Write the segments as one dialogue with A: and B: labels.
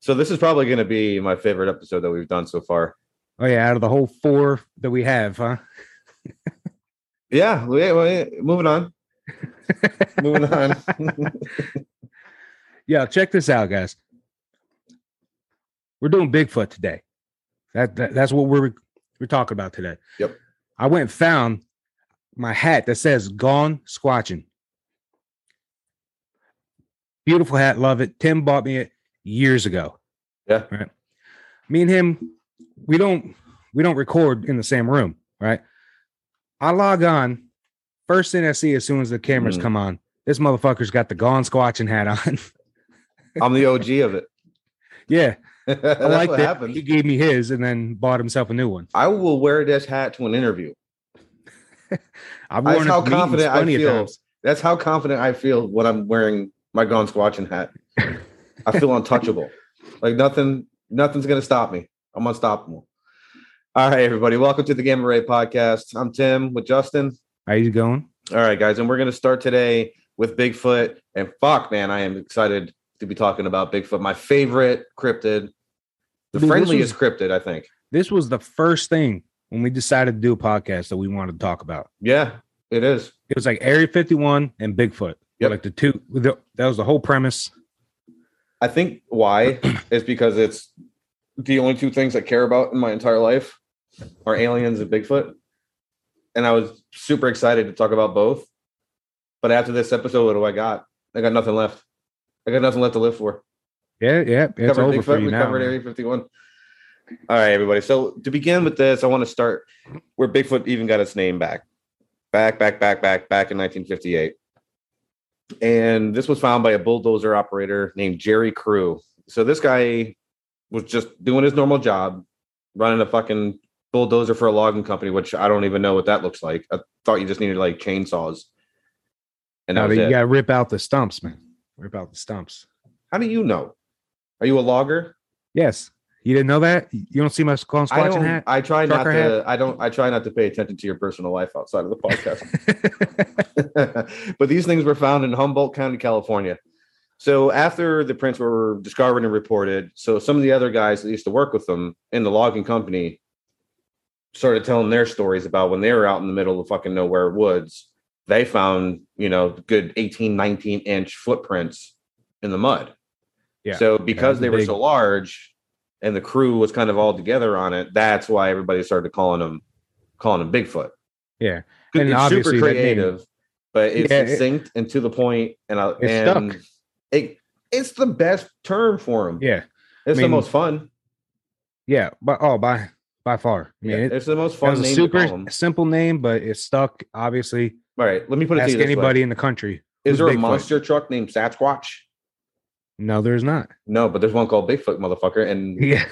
A: So this is probably going to be my favorite episode that we've done so far.
B: Oh yeah, out of the whole four that we have, huh?
A: Yeah, we, we- moving on. moving on.
B: Yeah, check this out, guys. We're doing Bigfoot today. That, that that's what we're we're talking about today.
A: Yep.
B: I went and found my hat that says "Gone Squatching." Beautiful hat, love it. Tim bought me it years ago.
A: Yeah.
B: Right. Me and him, we don't we don't record in the same room, right? I log on. First thing I see as soon as the cameras
A: Mhm.
B: come on, this motherfucker's got the gone squatching hat on.
A: I'm the OG of it.
B: yeah.
A: That's
B: I liked
A: what
B: it.
A: happens.
B: He gave me his and then bought himself a new one.
A: I will wear this hat to an interview.
B: I've
A: That's
B: worn it
A: how
B: to meetings
A: confident I
B: plenty of
A: feel.
B: times.
A: That's how confident I feel when I'm wearing my gone squatching hat. I feel untouchable. Like nothing, nothing's gonna stop me. I'm unstoppable. All right, everybody. Welcome to the Gamma Ray Podcast. I'm Tim with Justin.
B: How you going?
A: All right, guys, and we're gonna start today with Bigfoot. And fuck, man, I am excited to be talking about Bigfoot, my favorite cryptid, the
B: Dude, this
A: friendliest cryptid, I think.
B: This was the first thing when we decided to do a podcast that we wanted to talk about.
A: Yeah, it is.
B: It was like Area 51 and Bigfoot. Yeah,
A: Yep.
B: Like the two, the, that was the whole premise.
A: I think why is because it's the only two things I care about in my entire life are aliens and Bigfoot. And I was super excited to talk about both. But after this episode, what do I got? I got nothing left. I got nothing left to live for.
B: Yeah, yeah. It's
A: Covered
B: over
A: Bigfoot,
B: for you
A: we
B: now.
A: covered
B: man.
A: Area 51. All right, everybody. So to begin with this, I want to start where Bigfoot even got its name back. Back, back, back, back, back in 1958. And this was found by a bulldozer operator named Jerry Crew. So this guy was just doing his normal job, running a fucking bulldozer for a logging company, which I don't even know what that looks like. I thought you just needed like chainsaws. And that
B: Now
A: was
B: you
A: it.
B: got to rip out the stumps, man. Rip out the stumps.
A: How do you know? Are you a logger?
B: Yes. You didn't know that? You don't see my gone
A: I
B: squatching
A: don't.
B: hat?
A: I try not
B: Trucker
A: to. I don't. I try not to pay attention to your personal life outside of the podcast. but these things were found in Humboldt County, California. So after the prints were discovered and reported, so some of the other guys that used to work with them in the logging company started telling their stories about when they were out in the middle of fucking nowhere woods. They found, you know, good 18, 19 inch footprints in the mud.
B: Yeah.
A: So because
B: it's a
A: they were
B: big-
A: so large and the crew was kind of all together on it, that's why everybody started calling them calling them Bigfoot.
B: Yeah.
A: Good-
B: And
A: it's
B: obviously
A: super
B: that name-
A: creative, but it's
B: Yeah, it-
A: succinct and to the point and I,
B: It
A: and
B: stuck.
A: it it's the best term for them.
B: yeah.
A: it's
B: mean,
A: the most fun.
B: Yeah. But, oh, by, by far. I mean,
A: Yeah,
B: it,
A: it's the most
B: That
A: fun
B: was a
A: name to call
B: super
A: 'em.
B: simple name, but it stuck. Obviously,
A: All right, let me put it to
B: ask
A: you this
B: anybody
A: way.
B: in the country.
A: Is
B: who's
A: there a
B: Bigfoot.
A: monster truck named Sasquatch?
B: No, there's not.
A: No, but there's one called Bigfoot, motherfucker, and
B: Yeah,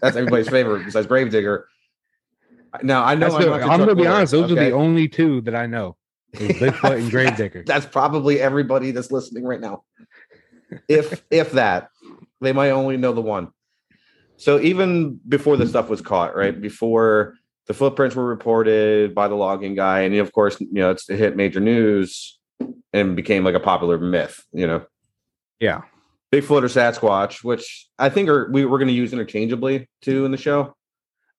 A: that's everybody's favorite besides Gravedigger. Now I know
B: That's the-
A: monster
B: I'm gonna
A: truck
B: be
A: lore,
B: honest. Those are
A: okay?
B: the only two that I know: is Bigfoot and Gravedigger.
A: that's probably everybody that's listening right now. If if that, they might only know the one. So even before the stuff was caught, right before the footprints were reported by the logging guy, and of course, you know, it's, it hit major news and became like a popular myth. You know,
B: Yeah,
A: Bigfoot or Sasquatch, which I think are we we're going to use interchangeably too in the show.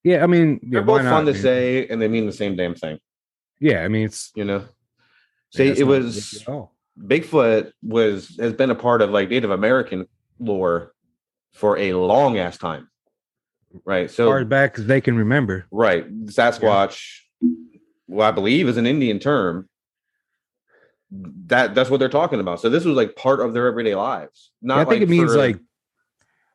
B: yeah. I mean, yeah,
A: They're
B: why
A: both fun
B: not,
A: to
B: man?
A: say, and they mean the same damn thing.
B: Yeah, I mean, it's
A: You know,
B: yeah,
A: say
B: it's
A: it
B: not a big
A: was
B: deal at all.
A: Bigfoot was has been a part of like Native American lore for a long ass time, right?
B: as far
A: So
B: back as they can remember.
A: right, Sasquatch, well, I believe is an Indian term. That that's what they're talking about. So this was like part of their everyday lives. Not
B: I think
A: like
B: it means
A: for-
B: like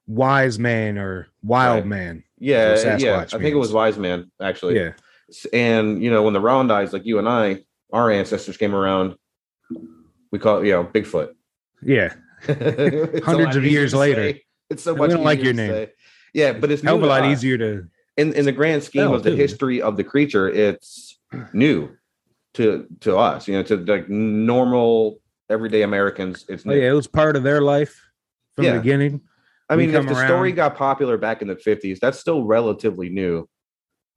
B: wise man or wild
A: Right.
B: man.
A: yeah,
B: that's what
A: yeah. I
B: Sasquatch
A: think it was
B: means.
A: wise man actually.
B: Yeah,
A: S- and you know when the round eyes like you and I, our ancestors came around. We call it you know Bigfoot.
B: yeah.
A: It's a lot
B: Hundreds of
A: easier
B: years
A: to
B: later.
A: say. It's so
B: And we
A: much.
B: don't like
A: easier
B: your
A: to
B: name.
A: say. Yeah, but it's
B: Hell of
A: new
B: a
A: to
B: lot
A: us.
B: easier to. oh,
A: In in the grand scheme
B: spell,
A: of the
B: too.
A: history of the creature, it's new to to us. You know, to like normal everyday Americans, it's
B: Oh,
A: new.
B: yeah, it was part of their life from
A: Yeah.
B: the beginning.
A: I
B: we
A: mean, if
B: come
A: the story
B: around-
A: got popular back in the fifties, that's still relatively new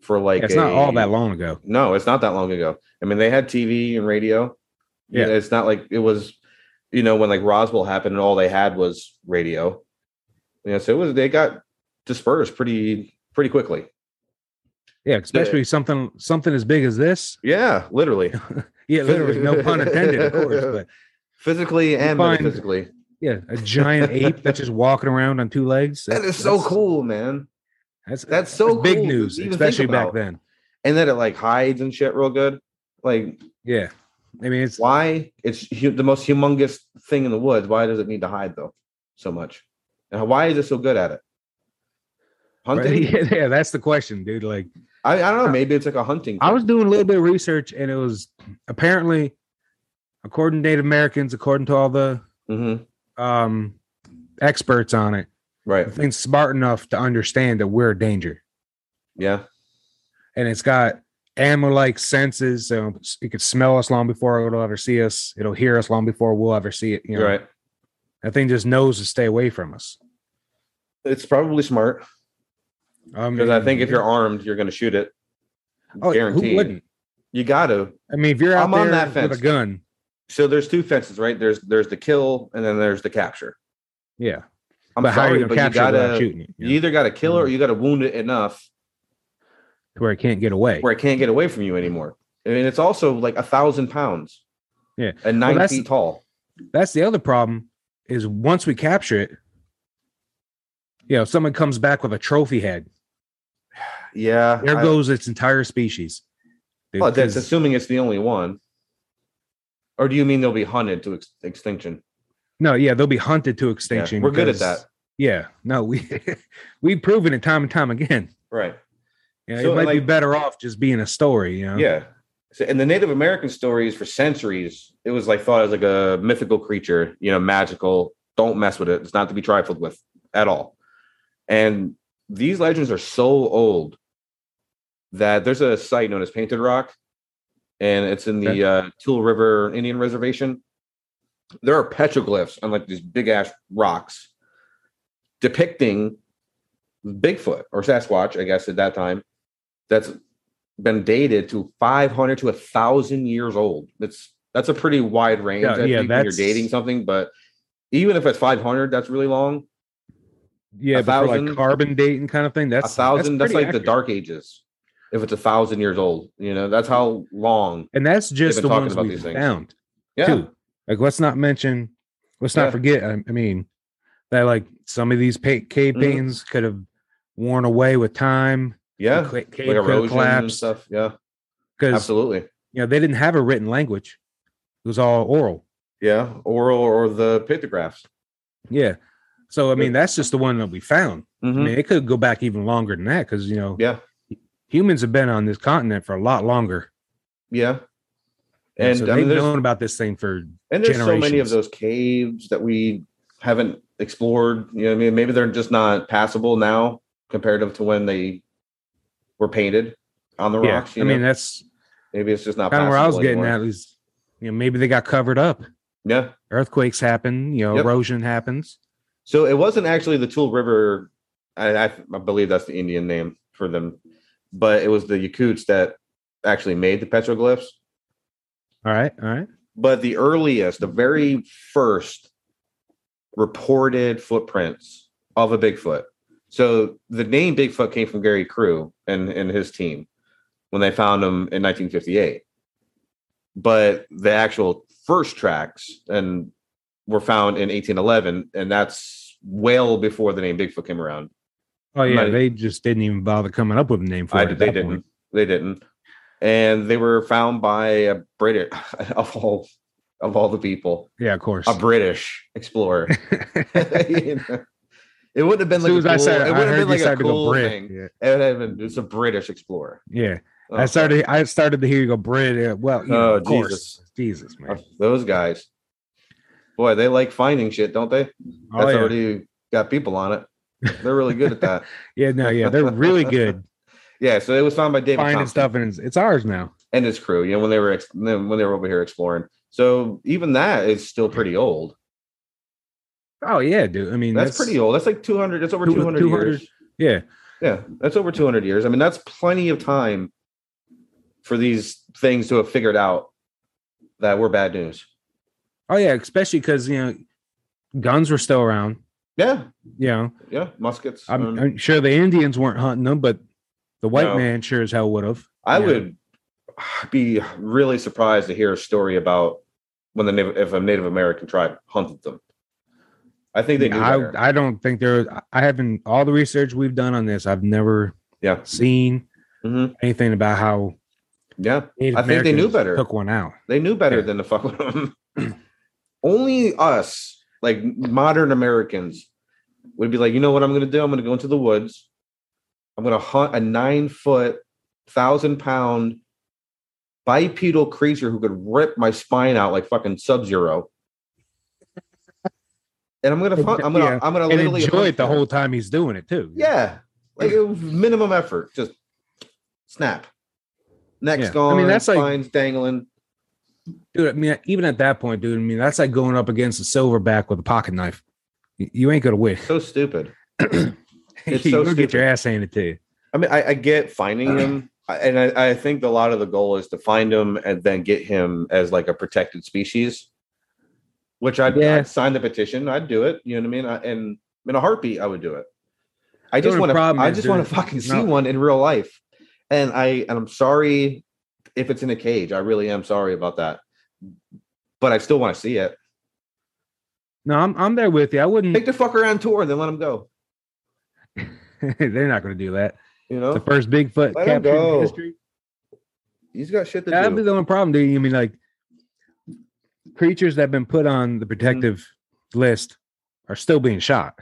A: for like.
B: Yeah, it's not all
A: a-
B: that long ago.
A: No, it's not that long ago. I mean, they had TV and radio.
B: Yeah.
A: Yeah, it's not like it was, you know, when like Roswell happened and all they had was radio. Yeah, so it was they got dispersed pretty pretty quickly.
B: Yeah, especially something something as big as this.
A: Yeah, literally,
B: Yeah, literally, no pun intended, of course. But
A: physically and
B: find-
A: metaphysically.
B: yeah, a giant ape that's just walking around on two legs.
A: That is so
B: that's-
A: cool, man.
B: That's
A: That's so
B: big
A: cool to
B: news,
A: even think
B: especially back
A: about.
B: then.
A: And that it like hides and shit real good. Like
B: Yeah, I mean it's
A: why it's hu- the most humongous thing in the woods why does it need to hide though so much and why is it so good at it hunting
B: Yeah, yeah, that's the question, dude. Like
A: I, I don't know maybe it's like a hunting
B: I
A: thing.
B: was doing a little bit of research, and it was apparently, according to Native Americans, according to all the
A: Mhm.
B: um, experts on it,
A: right
B: the thing's smart enough to understand that we're a danger,
A: yeah
B: and it's got animal-like senses, so it could smell us long before it'll ever see us. It'll hear us long before we'll ever see it. You know,
A: you're right
B: that thing just knows to stay away from us.
A: it's probably smart
B: Um,
A: because I think if you're armed you're gonna shoot it
B: oh, who
A: guaranteed.
B: wouldn't?
A: you gotta
B: I mean, if you're out
A: I'm
B: there
A: on that
B: with
A: fence.
B: a gun,
A: so there's two fences right there's there's the kill and then there's the capture
B: yeah.
A: I'm
B: but how are
A: sorry
B: you
A: but
B: going to
A: you
B: capture it without
A: gotta
B: shooting Mm-hmm. it? You
A: you
B: know,
A: either gotta kill it or you gotta wound it enough
B: to where it can't get away.
A: where it can't get away from you anymore I mean it's also like a thousand pounds
B: Yeah.
A: and nine
B: that's-
A: feet tall
B: That's the other problem is once we capture it, you know, someone comes back with a trophy head.
A: Yeah.
B: There
A: I-
B: goes its entire species. Dude,
A: well, that's
B: 'cause-
A: assuming it's the only one. Or do you mean they'll be hunted to ex- extinction?
B: no, yeah, they'll be hunted to
A: Yeah,
B: extinction.
A: We're good at
B: because-
A: that.
B: Yeah, no, we we've proven it time and time again.
A: Right.
B: You know,
A: So,
B: it might be
A: like-
B: better off just being a story. You know,
A: Yeah. So, and the Native American stories for centuries, it was like thought as like a mythical creature, you know, magical. Don't mess with it. It's not to be trifled with at all. And these legends are so old that there's a site known as Painted Rock, and it's in the
B: Okay.
A: uh, Tool River Indian Reservation. There are petroglyphs on like these big ass rocks depicting Bigfoot or Sasquatch, I guess, at that time. That's been dated to 500 to a thousand years old. That's that's a pretty wide range.
B: Yeah,
A: I
B: yeah,
A: think, when you're
B: that's-
A: dating something, but even if it's 500, that's really long.
B: yeah,
A: A
B: but for like
A: thousand-
B: carbon dating kind of thing.
A: a
B: That's
A: thousand that's,
B: pretty
A: like
B: accurate.
A: the dark ages if it's a thousand years old you know that's how long
B: and that's just
A: been
B: the
A: talking
B: ones
A: about
B: we
A: these things.
B: found.
A: yeah
B: too. Like, let's not mention, let's not
A: Yeah.
B: forget. I, I mean, that like some of these pa- cave
A: Mhm.
B: paintings could have worn away with time.
A: yeah
B: The ca-
A: like
B: cave could have
A: erosion and
B: collapsed
A: stuff yeah
B: because
A: absolutely
B: you know they didn't have a written language; it was all oral.
A: yeah oral or the pictographs
B: Yeah, so I mean, that's just the one that we found. I
A: Mhm.
B: mean, it could go back even longer than that because you know
A: yeah
B: humans have been on this continent for a lot longer,
A: yeah
B: and,
A: and
B: so
A: I
B: they've
A: mean, there's,
B: known about this thing for
A: and there's so many of
B: generations.
A: those caves that we haven't explored you know what i mean maybe they're just not passable now comparative to when they were painted on the
B: yeah.
A: rocks you
B: I
A: know?
B: mean, that's
A: maybe it's just not
B: kind of where I was
A: passable
B: getting
A: anymore.
B: at. Is you know maybe they got covered up.
A: yeah
B: Earthquakes happen. You know,
A: Yep.
B: erosion happens.
A: So it wasn't actually the Tool River. I, I, I believe that's the Indian name for them, but it was the Yakuts that actually made the petroglyphs.
B: All right, all right.
A: But the earliest, the very first reported footprints of a Bigfoot. So the name Bigfoot came from Gary Crew and, and his team when they found him in 1958. But the actual first tracks and were found in 1811, and that's well before the name Bigfoot came around.
B: Oh yeah,
A: Right.
B: they just didn't even bother coming up with a name for
A: I
B: it.
A: did,
B: at
A: they
B: that
A: didn't.
B: point.
A: They didn't. And they were found by a British of all of all the people,
B: Yeah, of course.
A: a British explorer. You know? It wouldn't have been
B: as
A: like
B: soon
A: a
B: as I
A: cool-
B: said,
A: it
B: I
A: would have been
B: heard you
A: like a
B: started to go
A: cool
B: Brit.
A: thing. It would have been it's a British explorer.
B: Yeah, yeah.
A: Oh,
B: I started. I started to hear you go Brit. Yeah, well, you know,
A: Oh,
B: of course,
A: Jesus.
B: Jesus, man.
A: fuck. those guys. Boy, they like finding shit, don't they? That's
B: Oh yeah,
A: already got people on it. They're really good at that.
B: yeah. No, yeah, they're really good
A: yeah, so it was found by David
B: finding
A: Thompson.
B: stuff, and it's, it's ours now.
A: and his crew. You know, when they were ex- when they were over here exploring. So even that is still pretty old.
B: Oh yeah, dude. I mean,
A: That's, pretty old. That's like two hundred. That's over
B: Two-
A: two hundred
B: 200.
A: years.
B: Yeah,
A: Yeah, that's over two hundred years. I mean, that's plenty of time for these things to have figured out that we're bad news.
B: Oh yeah, especially because you know guns were still around.
A: Yeah,
B: You know,
A: yeah, muskets.
B: I'm,
A: um,
B: I'm sure the Indians weren't hunting them, but the white
A: No.
B: man sure as hell would have.
A: I
B: Yeah.
A: would be really surprised to hear a story about when the Native, if a Native American tribe hunted them. I think they knew. better.
B: I, I don't think there. I haven't all the research we've done on this. I've never
A: Yeah.
B: seen
A: Mhm.
B: anything about how
A: Yeah,
B: Native
A: I think they knew
B: Americans
A: better.
B: Took one out.
A: they knew better
B: Yeah.
A: than to fuck with them. Only us, like modern Americans, would be like, you know what I'm going to do? I'm going to go into the woods. I'm going to hunt a nine foot, thousand pound bipedal creature who could rip my spine out like fucking Sub Zero. And I'm gonna, hunt, I'm gonna,
B: Yeah,
A: I'm gonna
B: and
A: literally
B: enjoy
A: hunt
B: it the
A: that.
B: whole time he's doing it too.
A: Yeah, like it was minimum effort, just snap. Neck's
B: Yeah. I
A: gone.
B: mean, that's like-
A: spine's dangling.
B: dude. I mean, even at that point, dude. I mean, that's like going up against a silverback with a pocket knife. You, you ain't gonna win.
A: So stupid. It's so
B: You're gonna get
A: stupid.
B: your ass handed to you.
A: I mean, I, I get
B: Uh.
A: finding him, I- and I, I think a lot of the goal is to find him and then get him as like a protected species. Which I'd,
B: Yeah.
A: I'd sign the petition. I'd do it. You know what I mean? I, and in a heartbeat, I would do it. I
B: The
A: just
B: only
A: want to.
B: problem
A: I
B: is
A: just want
B: there's
A: to fucking see
B: not-
A: one in real life. And I and I'm sorry if it's in a cage. I really am sorry about that. But I still want to see it.
B: No, I'm I'm there with you. I wouldn't.
A: Take the fucker on tour and then let him go.
B: they're not gonna do that.
A: You
B: The
A: know,
B: first Bigfoot
A: Oh. Let 'em
B: captured
A: go.
B: in history.
A: he's got shit to
B: That'd be
A: do.
B: the only problem, dude. I mean, like creatures that have been put on the protective list are still being shot.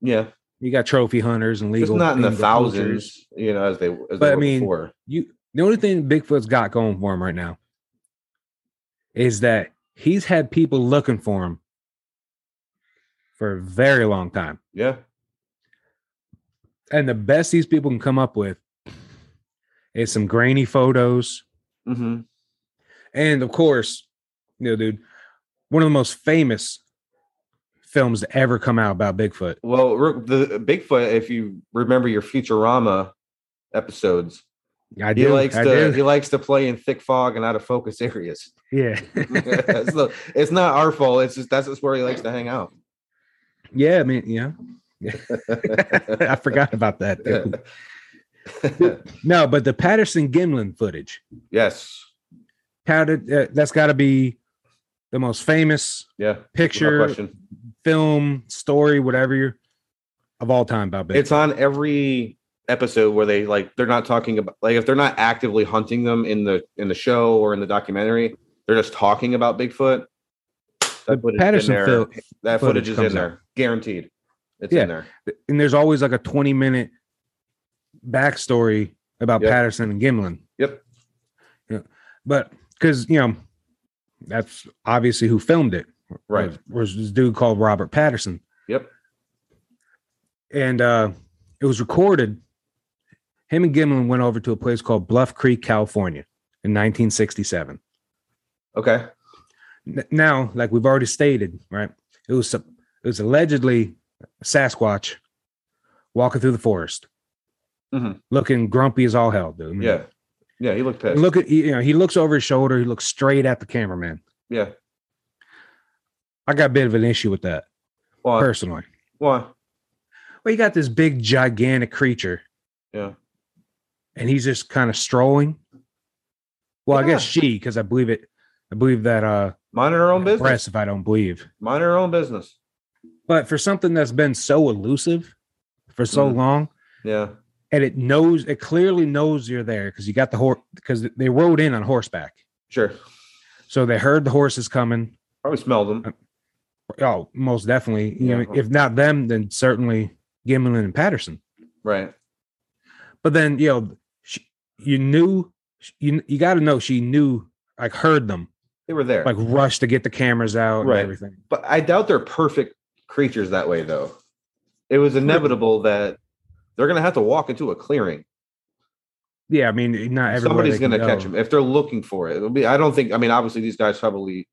A: yeah,
B: You got trophy hunters and
A: just
B: legal,
A: not in the
B: illegal poachers.
A: thousands. You know, as they as they
B: But I
A: were
B: mean,
A: before.
B: You, the only thing Bigfoot's got going for him right now is that he's had people looking for him for a very long time,
A: Yeah.
B: and the best these people can come up with is some grainy photos,
A: Mm-hmm.
B: And of course, you know, dude, one of the most famous films to ever come out about Bigfoot.
A: Well, re- the uh, Bigfoot, if you remember your Futurama episodes,
B: I
A: he
B: do.
A: likes
B: I
A: to
B: do.
A: he likes to play in thick fog and out of focus areas.
B: Yeah.
A: it's, not, it's not our fault. It's just that's just where he likes to hang out.
B: yeah. I mean, yeah. I forgot about that. dude. No, but the Patterson Gimlin footage,
A: yes.
B: how did uh, that's got to be the most famous
A: Yeah. Without
B: picture,
A: question.
B: film, story, whatever you're of all time about Bigfoot.
A: It's on every episode where they like they're not talking about like if they're not actively hunting them in the in the show or in the documentary, they're just talking about Bigfoot.
B: the
A: That footage is in
B: Patterson
A: there.
B: film,
A: That
B: footage
A: footage is
B: comes
A: in there, guaranteed. It's
B: Yeah.
A: in there.
B: and there's always like a 20 minute backstory about
A: Yep.
B: Patterson and Gimlin.
A: Yep.
B: Yeah. But because you know, that's obviously who filmed it.
A: Right.
B: Was, was this dude called Robert Patterson.
A: Yep.
B: And uh it was recorded. Him and Gimlin went over to a place called Bluff Creek, California in 1967.
A: Okay.
B: Mm-hmm. N- now, like we've already stated, right? It was sup- it was allegedly Sasquatch walking through the forest,
A: Mhm.
B: looking grumpy as all hell, dude.
A: Yeah. Yeah. He looked pissed.
B: And look at you know he looks over his shoulder. He looks straight at the cameraman.
A: yeah.
B: I got a bit of an issue with that
A: Why?
B: personally.
A: Why?
B: Well, you got this big gigantic creature.
A: Yeah.
B: And he's just kind of strolling. Well, I guess she, because I believe it. I believe that uh,
A: Mind her own business.
B: press. If I don't believe,
A: Mind her own business.
B: but for something that's been so elusive for so
A: Mhm.
B: long,
A: Yeah.
B: and it knows it clearly knows you're there because you got the horse because they rode in on horseback,
A: Sure.
B: so they heard the horses coming.
A: Probably smelled
B: Uh,
A: them.
B: Oh, most definitely. You know,
A: Yeah.
B: if not them, then certainly Gimlin and Patterson.
A: Right.
B: But then you know, she, you knew you you got to know she knew like heard them
A: They were there.
B: like rush to get the cameras out
A: Right.
B: and everything.
A: but I doubt they're perfect creatures that way, though. It was inevitable that they're going to have to walk into a clearing.
B: Yeah, I mean, not everywhere
A: Somebody's
B: they can
A: going to
B: go.
A: catch them if they're looking for it. It'll be. I don't think. I mean, obviously, these guys probably.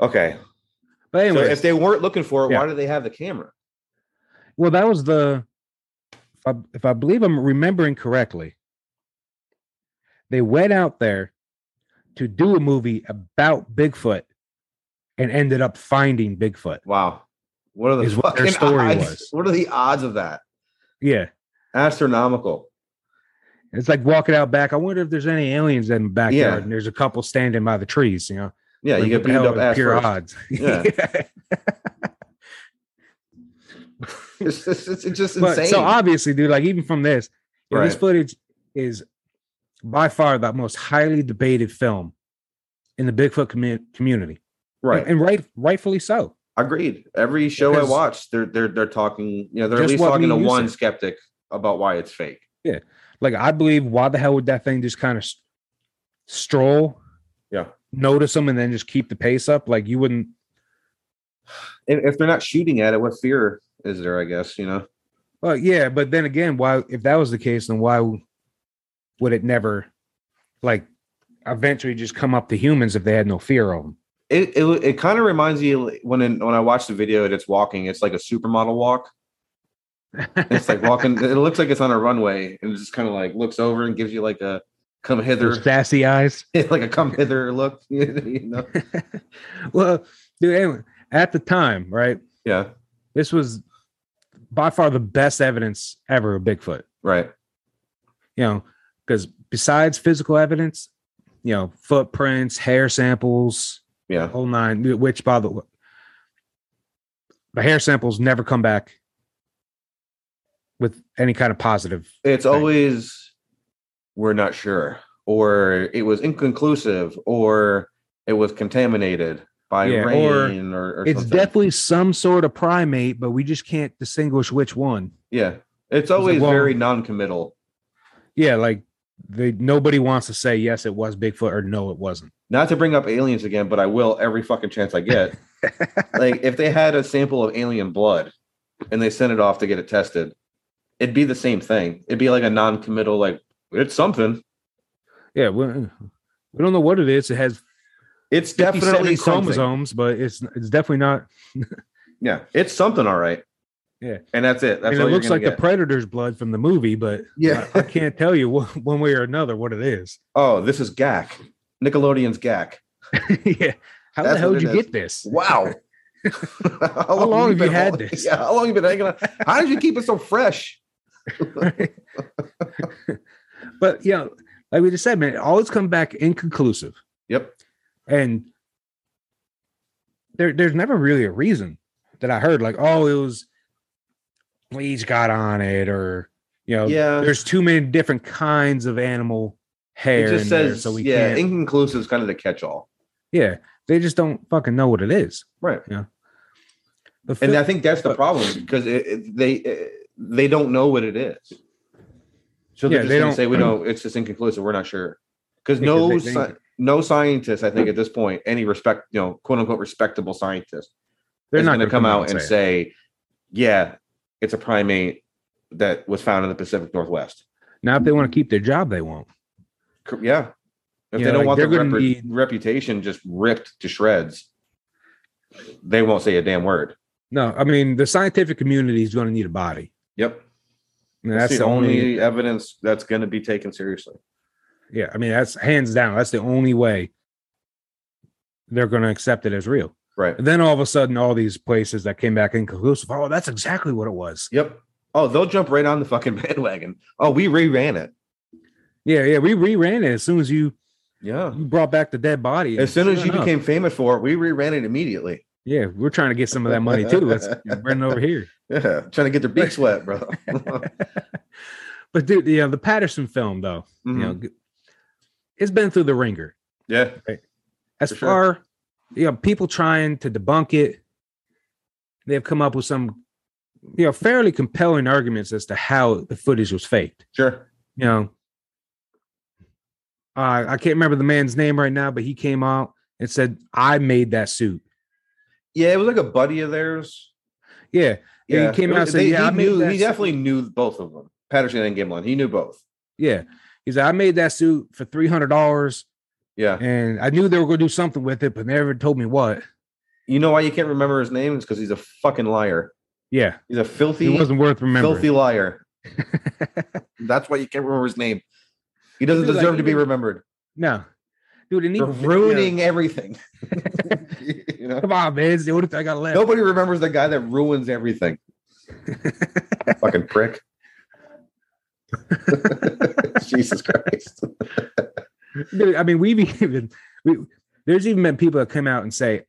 A: Okay.
B: But
A: So
B: anyway,
A: if they weren't looking for it,
B: Yeah.
A: why do they have the camera?
B: Well, that was the, if I, if I believe I'm remembering correctly, they went out there to do a movie about Bigfoot and ended up finding Bigfoot.
A: Wow. What are the
B: Is what their
A: fucking
B: story
A: odds-
B: was.
A: What are the odds of that?
B: Yeah.
A: Astronomical.
B: It's like walking out back. I wonder if there's any aliens in the backyard.
A: Yeah.
B: And there's a couple standing by the trees, you know.
A: Yeah,
B: Like,
A: you get
B: what the
A: beat
B: hell
A: up
B: are
A: ass
B: pure
A: first.
B: odds.
A: Yeah. It's, it's, it's it's just
B: But
A: insane.
B: so obviously, dude, like even from this, you know, this
A: Right.
B: footage is by far the most highly debated film in the Bigfoot commu- community,
A: right.
B: And, and right, rightfully so.
A: Agreed. Every show I
B: Because-
A: watch, they're they're they're talking. You know, they're at
B: Just
A: least
B: what me
A: talking to
B: and you
A: one
B: said.
A: skeptic about why it's fake.
B: Like I believe, why the hell would that thing just kind of s- stroll?
A: Yeah.
B: notice them and then just keep the pace up. Like you wouldn't.
A: If, if they're not shooting at it, what fear is there? I guess you know.
B: Well, yeah, but then again, why? If that was the case, then why would it never, like, eventually just come up to humans if they had no fear of them?
A: It it, it kind of reminds you when in, when I watch the video and it's walking, it's like a supermodel walk. It's like walking. it looks like it's on a runway and it just kind of like looks over and gives you like a come hither,
B: Those sassy eyes.
A: like a come hither look. you know?
B: well, dude, anyway, at the time, right?
A: Yeah.
B: This was by far the best evidence ever of Bigfoot,
A: Right.
B: you know, because besides physical evidence, you know, footprints, hair samples,
A: Yeah.
B: whole nine, which by the way, the hair samples never come back with any kind of positive.
A: It's
B: thing.
A: always we're not sure, or it was inconclusive, or it was contaminated by
B: Yeah, or
A: rain, or, or,
B: It's
A: something.
B: definitely some sort of primate, but we just can't distinguish which one.
A: yeah. It's always
B: well-
A: very non-committal.
B: Yeah, like they nobody wants to say yes, it was Bigfoot or no, it wasn't.
A: Not to bring up aliens again, but I will every fucking chance I get. like if they had a sample of alien blood and they sent it off to get it tested, it'd be the same thing. It'd be like a non-committal, like it's something.
B: Yeah, we, we don't know what it is. It has
A: It's
B: definitely
A: definitely something.
B: chromosomes, but it's it's definitely not.
A: Yeah, it's something, all right.
B: Yeah.
A: and that's it. That's
B: and
A: all you're
B: it looks
A: gonna
B: like
A: get.
B: the predator's blood from the movie, but
A: Yeah.
B: I, I can't tell you one, one way or another what it is.
A: Oh, this is Gak. Nickelodeon's Gak.
B: yeah, how the
A: That's
B: hell
A: what
B: did you
A: it is.
B: get this?
A: Wow. how,
B: long have you
A: been
B: had
A: holding-
B: this?
A: Yeah, how long you been hanging on? How did you keep it so fresh?
B: but you know, like we just said, man, it always come back inconclusive,
A: Yep.
B: and there there's never really a reason that I heard like, oh, it was leaves got on it, or you know,
A: Yeah.
B: there's too many different kinds of animal hair
A: It
B: in
A: just
B: there,
A: says,
B: so we
A: yeah,
B: can't.
A: inconclusive is kind of the catch all.
B: yeah, they just don't fucking know what it is.
A: Right.
B: The fil-
A: And I think that's the
B: But-
A: problem because it, it- they it, they don't know what it is. So they're
B: Yeah,
A: just
B: they
A: going
B: don't-
A: to say, we don't, it's just inconclusive. We're not sure. Because
B: Yeah,
A: no,
B: 'cause they-
A: sci- no scientist, I think at this point, any respect, you know, quote unquote respectable scientist
B: they're
A: is
B: not
A: going to come out and
B: it.
A: say, "Yeah, it's a primate that was found in the Pacific Northwest."
B: now if they want to keep their job, they won't.
A: C- Yeah, if
B: Yeah,
A: they don't
B: like,
A: want
B: they're
A: their
B: gonna
A: repu-
B: need-
A: reputation just ripped to shreds, they won't say a damn word.
B: No, I mean the scientific community is going to need a body.
A: Yep,
B: I mean, that's the, only,
A: evidence that's going to be taken seriously.
B: Yeah, I mean that's hands down. That's the only way they're going to accept it as real.
A: Right.
B: And then all of a sudden, all these places that came back inconclusive. Oh, that's exactly what it was.
A: Yep. Oh, they'll jump right on the fucking bandwagon. Oh, we reran it.
B: Yeah, yeah. We reran it as soon as you
A: Yeah.
B: you brought back the dead body.
A: As soon as
B: Sure
A: you
B: enough.
A: became famous for it, we reran it immediately.
B: Yeah, we're trying to get some of that money too. Let's bring it over here.
A: Yeah, trying to get their beaks wet, bro. Mhm.
B: But dude, you know, the Patterson film though, you
A: Mm-hmm.
B: know, g- it's been through the ringer.
A: yeah,
B: As
A: For sure.
B: far, you know, people trying to debunk it, they've come up with some, you know, fairly compelling arguments as to how the footage was faked.
A: sure.
B: You know, uh, I can't remember the man's name right now, but he came out and said, "I made that suit."
A: Yeah, it was like a buddy of theirs.
B: Yeah, Yeah, he came
A: it
B: out
A: was-
B: and said,
A: they-
B: "Yeah,
A: he
B: I made
A: knew-
B: that
A: He
B: suit."
A: definitely knew both of them, Patterson and Gimlin. He knew both.
B: yeah. He said, "I made that suit for three hundred dollars,
A: Yeah,
B: and I knew they were going to do something with it, but they never told me what."
A: you know why you can't remember his name? It's because he's a fucking liar.
B: Yeah,
A: He's a filthy,
B: it wasn't worth remembering.
A: filthy liar. That's why you can't remember his name. He doesn't
B: Dude, like,
A: deserve to be
B: even-
A: remembered.
B: No. dude. And
A: You're
B: even,
A: ruining everything. you know?
B: come on, man, it's the only thing I got left.
A: Nobody remembers the guy that ruins everything. Fucking prick. Jesus Christ.
B: Dude, I mean, we've even we, there's even been people that come out and say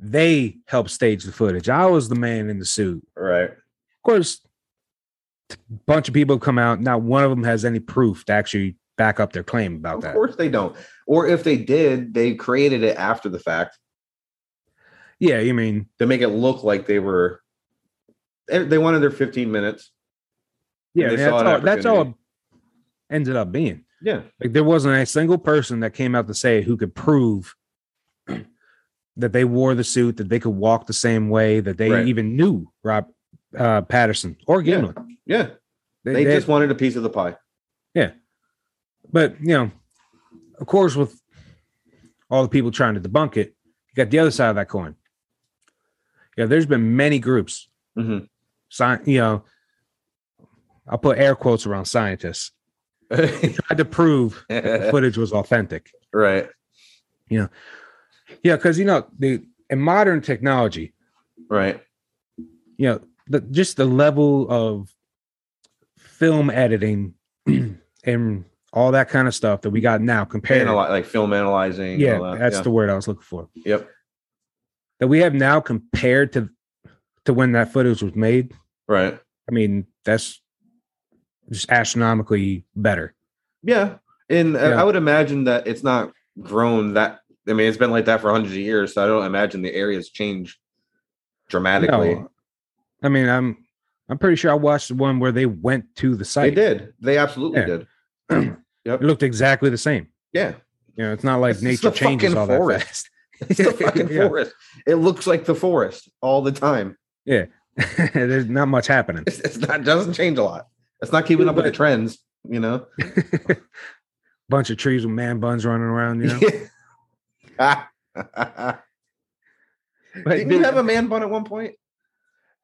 B: they helped stage the footage. I was the man in the suit.
A: Right.
B: Of course, a bunch of people come out. Not one of them has any proof to actually back up their claim about
A: Of
B: that.
A: course they don't. Or if they did, they created it after the fact
B: Yeah, I mean,
A: to make it look like they were. They they wanted their 15 minutes.
B: yeah,
A: they
B: that's
A: saw an
B: all, that's all it
A: opportunity.
B: ended up being.
A: Yeah.
B: Like there wasn't a single person that came out to say who could prove that they wore the suit, that they could walk the same way, that they
A: Right.
B: even knew Rob uh, Patterson or
A: Yeah.
B: Gimlin.
A: Yeah. They, just wanted a piece of the pie.
B: but you know, of course, with all the people trying to debunk it, you got the other side of that coin. Yeah, there's been many groups,
A: Mhm.
B: sci- you know, I'll put air quotes around scientists, tried to prove the footage was authentic.
A: right.
B: Yeah, because you know, the in modern technology,
A: Right.
B: you know, the, just the level of film editing and all that kind of stuff that we got now compared.
A: Analy- like film analyzing. and
B: yeah,
A: all that.
B: that's
A: yeah.
B: the word I was looking for.
A: Yep.
B: that we have now compared to to when that footage was made
A: Right.
B: i mean that's just astronomically better
A: Yeah. And I-
B: Yeah.
A: I would imagine that it's not grown that. I mean, it's been like that for hundreds of years. So I don't imagine the areas change dramatically.
B: no, i mean i'm i'm pretty sure i watched the one where they went to the
A: They
B: site
A: did. They absolutely
B: Yeah.
A: did.
B: it looked exactly the same
A: Yeah.
B: you know it's not like
A: It's just
B: nature
A: the
B: changes
A: fucking
B: all that
A: forest.
B: fast
A: It's the fucking
B: Yeah.
A: forest. It looks like the forest all the time.
B: there's not much happening
A: It's, it's not doesn't change a lot. It's not keeping up with the trends, you know.
B: bunch of trees with man buns running around you know But
A: Didn't you
B: dude,
A: have a man bun at one point?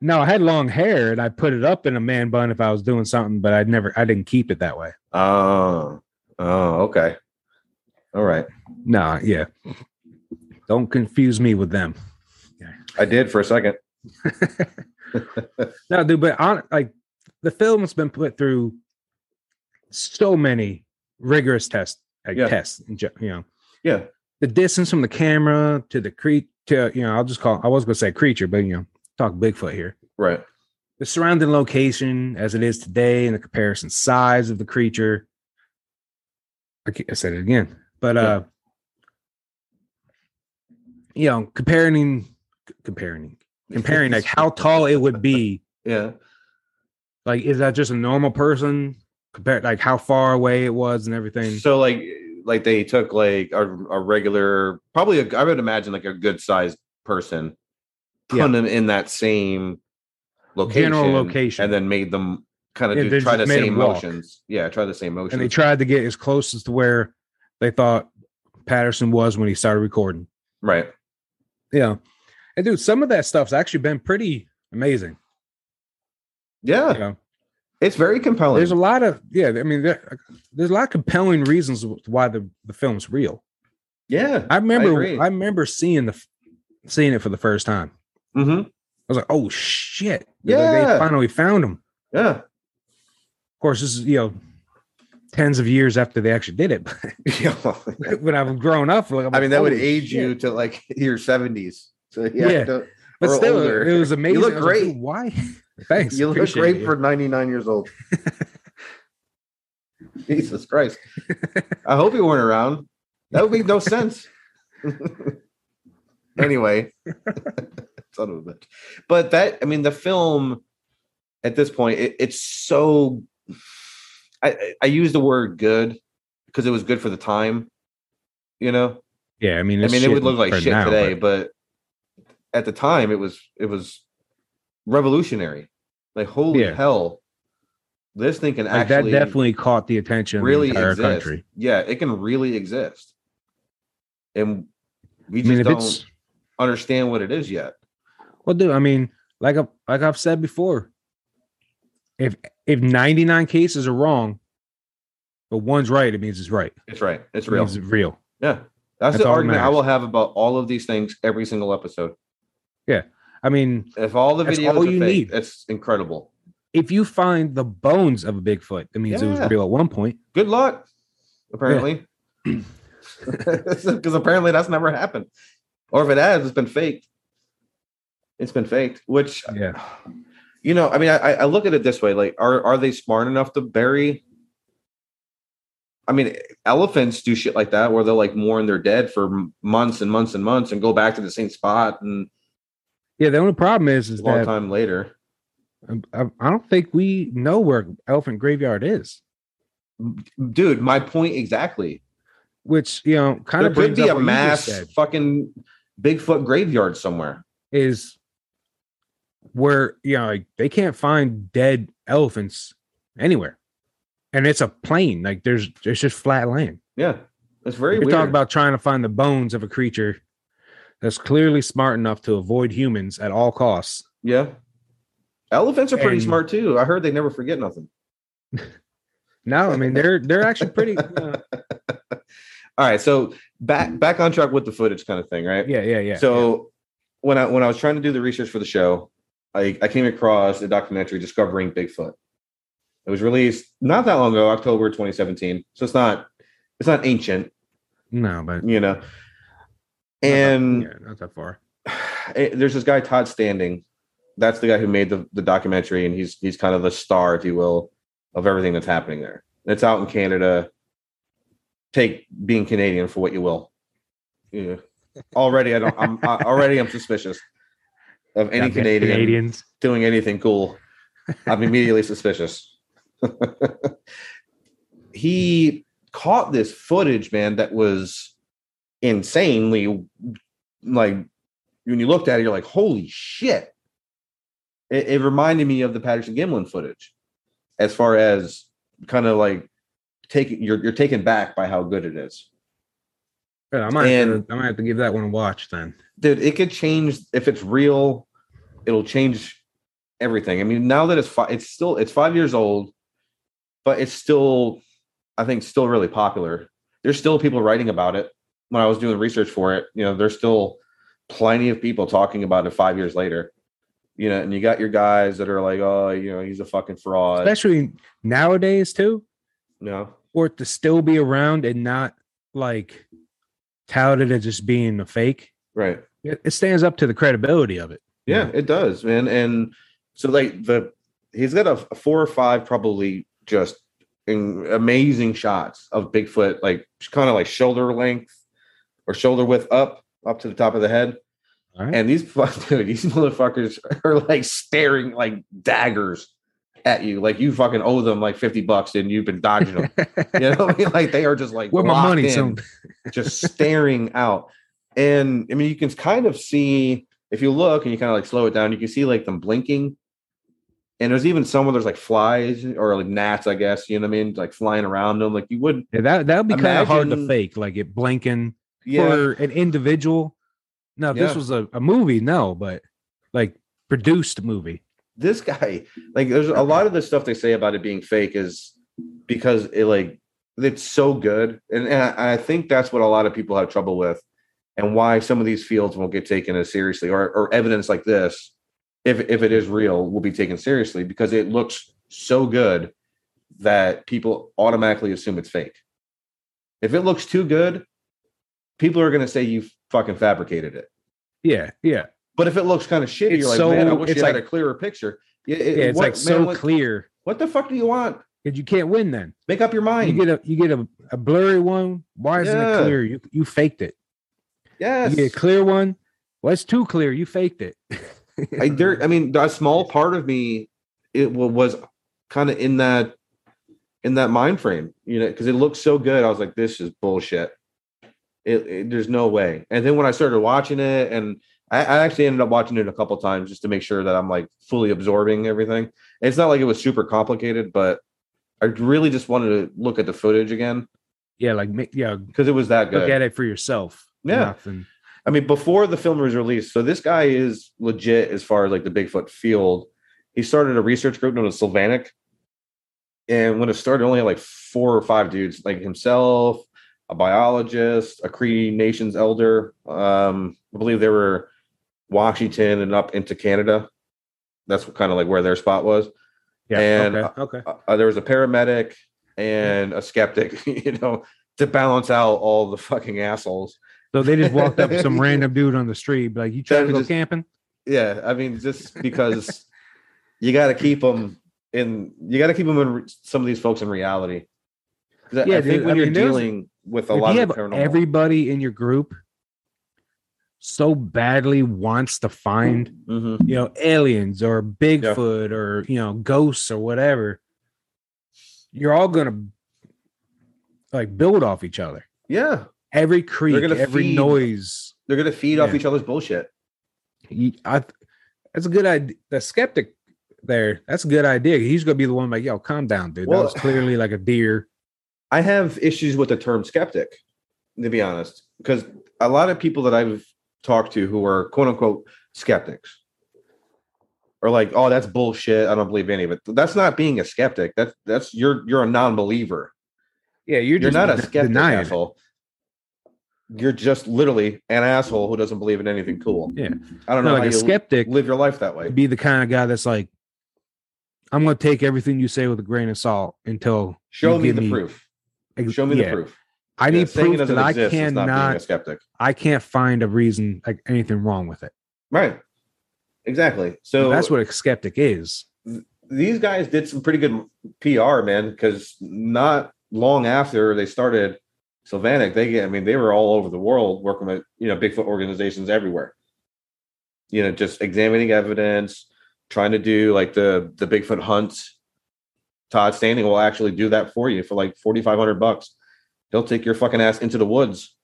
B: no i had long hair and i put it up in a man bun if i was doing something but i never i didn't keep it that way
A: Oh, oh, okay. All right.
B: nah yeah don't confuse me with them
A: I did for a second.
B: No, dude, but on like the film's been put through so many rigorous tests, like
A: Yeah.
B: tests. and ju- You know,
A: Yeah.
B: the distance from the camera to the creek to you know, I'll just call. I was gonna say creature, but you know, talk Bigfoot here.
A: Right.
B: The surrounding location as it is today, and the comparison size of the creature. I, ca- I said it again, but
A: Yeah.
B: uh, you know, comparing, c- comparing, comparing like how tall it would be
A: Yeah.
B: like is that just a normal person compared like how far away it was and everything
A: So like like they took like a, a regular probably a, I would imagine like a good sized person, put
B: Yeah.
A: them in that same location,
B: location.
A: and then made them kind of
B: Yeah,
A: do,
B: they
A: try the
B: just made
A: same
B: them walk.
A: motions. Yeah, try the same motions.
B: and they tried to get as close as to where they thought patterson was when he started recording
A: right.
B: yeah and dude some of that stuff's actually been pretty amazing
A: Yeah,
B: you know?
A: it's very compelling.
B: there's a lot of yeah i mean there, there's a lot of compelling reasons why the, the film's real
A: yeah.
B: i remember
A: agree.
B: I remember seeing the f- seeing it for the first time
A: hmm
B: i was like oh shit They're like,
A: Yeah.
B: they finally found him
A: Yeah.
B: of course this is you know tens of years after they actually did it
A: Yeah. well,
B: when I've grown up. Like, I'm
A: I mean,
B: like,
A: that would
B: "Holy
A: age
B: shit."
A: you to like your seventies. So yeah,
B: Yeah.
A: don't-
B: But
A: or
B: still,
A: older.
B: it was amazing.
A: look
B: I was like,
A: great.
B: "Dude, Why? Thanks.
A: you look
B: appreciate
A: great
B: it.
A: for ninety nine years old. Jesus Christ! I hope you weren't around. That would make no sense. anyway, son of a bitch. But that, I mean, the film at this point, it, it's so. I- I I use the word good because it was good for the time. You know,
B: yeah. I mean,
A: I
B: it's
A: mean, it
B: shit
A: would look like
B: for
A: shit
B: now,
A: today,
B: but
A: but... at the time, it was it was revolutionary. Like, holy
B: Yeah.
A: hell, this thing can
B: like,
A: actually
B: that definitely caught the attention of
A: really
B: the entire
A: exist.
B: country.
A: Yeah, it can really exist, and we
B: I
A: just
B: mean, if
A: don't
B: it's
A: understand what it is yet.
B: well, dude. I mean, like I like I've said before, if if 99 cases are wrong, but one's right, it means it's right.
A: It's right. It's
B: It
A: real.
B: means it's real.
A: Yeah, That's,
B: That's
A: the
B: all that
A: argument I
B: matters.
A: will have about all of these things every single episode.
B: I mean,
A: If all the
B: That's
A: videos
B: all
A: are
B: you
A: fake,
B: need.
A: it's incredible.
B: if you find the bones of a Bigfoot, it means it
A: Yeah.
B: was real at one point.
A: Good luck, apparently. Because apparently that's never happened. Or if it has, it's been faked. It's been faked, which
B: Yeah.
A: you know, I mean, I, I I look at it this way: like, are are they smart enough to bury? I mean, elephants do shit like that, where they'll like mourn their dead for m- months and months and months, and go back to the same spot and
B: Yeah. The only problem is, is
A: a long
B: that
A: time later.
B: I, I don't think we know where Elephant Graveyard is,
A: Dude, my point exactly.
B: which, you know, kind
A: There
B: of
A: could
B: brings
A: be
B: up
A: a
B: what you just
A: mass
B: said,
A: fucking Bigfoot graveyard somewhere.
B: is where, you know, like they can't find dead elephants anywhere. And it's a plain, like there's, it's just flat land.
A: Yeah, it's very
B: You're
A: weird.
B: talking about trying to find the bones of a creature that's clearly smart enough to avoid humans at all costs.
A: yeah, elephants are pretty
B: And-
A: smart too. I heard they never forget nothing.
B: No, I mean they're they're actually pretty. Uh,
A: All right, so back back on track with the footage kind of thing, right?
B: yeah, yeah, yeah.
A: so when I when I was trying to do the research for the show, I, I came across the documentary Discovering Bigfoot. It was released not that long ago, October 2017. So it's not it's not ancient,
B: no, but
A: you know. And
B: yeah, not that far.
A: it- Eh, there's this guy Todd Standing. That's the guy who made the, the documentary, and he's he's kind of the star, if you will, of everything that's happening there. It's out in Canada. Take being Canadian for what you will. Yeah. Already, I don't. I'm I, already. I'm suspicious of any
B: Goddamn
A: Canadian,
B: Canadians?
A: doing anything cool. I'm immediately suspicious. he caught this footage, man, that was insanely like when you looked at it, you're like, holy shit. It, it reminded me of the Patterson Gimlin footage as far as kind of like taking you're you're taken back by how good it is.
B: Yeah, I might, have
A: And-
B: to, I might have to give that one a watch then.
A: Dude, it could change if it's real, it'll change everything. I mean, now that it's fi- it's still it's five years old, but it's still I think still really popular. There's still people writing about it. When I was doing research for it, you know, there's still plenty of people talking about it five years later. You know, and you got your guys that are like, oh, you know, he's a fucking fraud.
B: Especially nowadays too,
A: you know,
B: for it to still be around and not like touted as just being a fake.
A: right.
B: It, it stands up to the credibility of it.
A: Yeah, it does, man. And so like the he's got a, a four or five probably just in, amazing shots of Bigfoot, like kind of like shoulder length or shoulder width up up to the top of the head.
B: All right.
A: And these fuck- dude, these motherfuckers are like staring like daggers at you, like you fucking owe them like fifty bucks, and you've been dodging them. you know what I mean? Like they are just like
B: Where my
A: locked
B: money?
A: in
B: Some
A: just staring out. And I mean, you can kind of see if you look and you kind of like slow it down, you can see like them blinking. And there's even some where there's like flies or like gnats, I guess, you know what I mean? Like flying around them. Like you would,
B: Yeah, that that would be kind of hard to
A: Imagine-
B: fake, like it blinking
A: yeah,
B: for an individual. Now, if
A: Yeah.
B: this was a, a movie, no, but like produced movie.
A: this guy, like there's a lot of the stuff they say about it being fake is because it like, it's so good. And, and I, I think that's what a lot of people have trouble with and why some of these fields won't get taken as seriously or, or evidence like this if if it is real, will be taken seriously because it looks so good that people automatically assume it's fake. If it looks too good, people are going to say you fucking fabricated it.
B: Yeah, yeah,
A: But if it looks kind of shitty,
B: It's
A: you're like,
B: so-
A: man, I wish
B: it's
A: you had
B: like-
A: a clearer picture. Yeah,
B: yeah.
A: it-
B: It's
A: what-
B: like so
A: man, what,
B: clear
A: what the fuck do you want?
B: that you can't win. Then
A: Make up your
B: you
A: mind.
B: get a you get a, a blurry one. Why isn't
A: Yeah.
B: it clear? You you faked it.
A: yes,
B: You get a clear one. Well, it's too clear. You faked it.
A: I there. I mean, a small part of me, it wa- was kind of in that in that mind frame, you know, because it looked so good. I was like, this is bullshit. It, it- there's no way. And then when I started watching it, and I, I actually ended up watching it a couple times just to make sure that I'm like fully absorbing everything. It's not like it was super complicated, but I really just wanted to look at the footage again
B: yeah, like ma- yeah,
A: because it was that good.
B: look at it for yourself.
A: Yeah.
B: Nothing.
A: I mean, before the film was released, so this guy is legit as far as like the Bigfoot field. He started a research group known as Sylvanic. And when it started, it only had like four or five dudes, like himself, a biologist, a Cree Nation's elder. Um, I believe they were Washington and up into Canada. That's kind of like where their spot was.
B: Yeah.
A: And,
B: okay. Okay.
A: Uh, there was a paramedic and a skeptic, you know, to balance out all the fucking assholes.
B: So they just walked up to some random dude on the street, be like, "You trying to
A: That
B: go
A: was just-
B: camping?"
A: Yeah, I mean, just because you got to keep them in, you got to keep them in re- some of these folks in reality. 'Cause I,
B: Yeah,
A: I think
B: dude,
A: when
B: I
A: you're
B: mean, there's-
A: dealing with a
B: if
A: lot
B: you
A: of
B: have
A: the paranormal,
B: everybody in your group so badly wants to find
A: Mhm.
B: you know aliens or bigfoot or you know ghosts or whatever you're all gonna like build off each other
A: yeah,
B: every creek
A: gonna
B: every
A: feed-
B: noise
A: they're gonna feed off
B: Yeah.
A: each other's bullshit.
B: you, I, th- that's a good idea the skeptic there that's a good idea he's gonna be the one like yo calm down dude
A: Well-
B: that was clearly like a deer
A: I have issues with the term skeptic, to be honest, because a lot of people that I've talked to who are quote unquote skeptics are like, "Oh, that's bullshit. I don't believe any of it." That's not being a skeptic. That's that's you're you're a non-believer.
B: yeah you're,
A: You're
B: just
A: not a
B: de-
A: skeptic
B: denying it.
A: asshole. You're just literally an asshole who doesn't believe in anything cool.
B: Yeah.
A: I don't
B: No,
A: know
B: like
A: how
B: a
A: you
B: skeptic
A: live your life that way.
B: be the kind of guy that's like, I'm going to take everything you say with a grain of salt until
A: Show
B: you
A: me
B: give
A: the proof.
B: ex-
A: Show me
B: yeah.
A: the proof.
B: I
A: Yeah,
B: need
A: saying it
B: proof that
A: doesn't
B: I
A: exist is not being a
B: cannot,
A: skeptic.
B: I can't find a reason like anything wrong with it.
A: Right. Exactly. So
B: So that's what a skeptic is.
A: these guys did some pretty good PR, man, because not long after they started Sylvanic, they get, I mean, they were all over the world working with, you know, Bigfoot organizations everywhere. You know, just examining evidence, trying to do like the the Bigfoot hunts. Todd Standing will actually do that for you for like 4500 bucks. He'll take your fucking ass into the woods.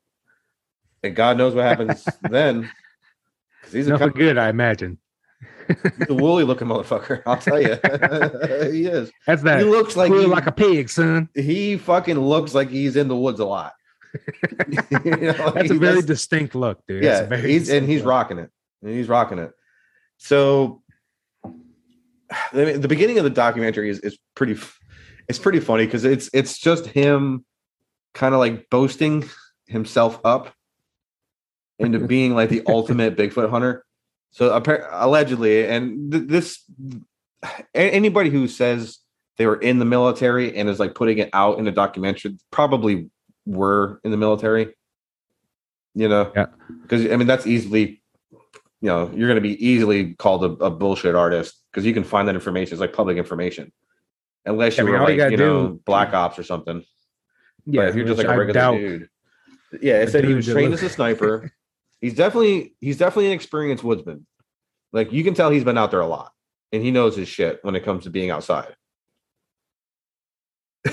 A: And God knows what happens then. 'Cause He's a
B: Nothing
A: kind
B: good, I imagine.
A: he's a woolly looking motherfucker. I'll tell you. he is
B: That's that.
A: he looks like
B: Clear
A: he,
B: like a pig, son.
A: he fucking looks like he's in the woods a lot. You know, like
B: That's a
A: he
B: very
A: does-
B: distinct look, dude. That's
A: yeah.
B: a very
A: he's and
B: distinct
A: he's
B: look.
A: rocking it. And he's rocking it. So I mean, the beginning of the documentary is is pretty f- it's pretty funny because it's it's just him kind of like boasting himself up into being like the ultimate Bigfoot hunter. So appar- allegedly, and th- this a- anybody who says they were in the military and is like putting it out in a documentary probably were in the military. You know,
B: Yeah.
A: because I mean that's easily, you know, you're going to be easily called a, a bullshit artist because you can find that information. It's like public information, unless
B: I
A: you
B: mean,
A: were
B: all you
A: like you,
B: gotta
A: know
B: do-
A: black ops or something.
B: Yeah,
A: but if you're just
B: which
A: like a
B: I
A: regular
B: doubt-
A: dude. Yeah, it
B: A
A: said he
B: dude
A: was
B: that
A: trained
B: look-
A: as a sniper. he's definitely he's definitely an experienced woodsman. Like you can tell he's been out there a lot and he knows his shit when it comes to being outside.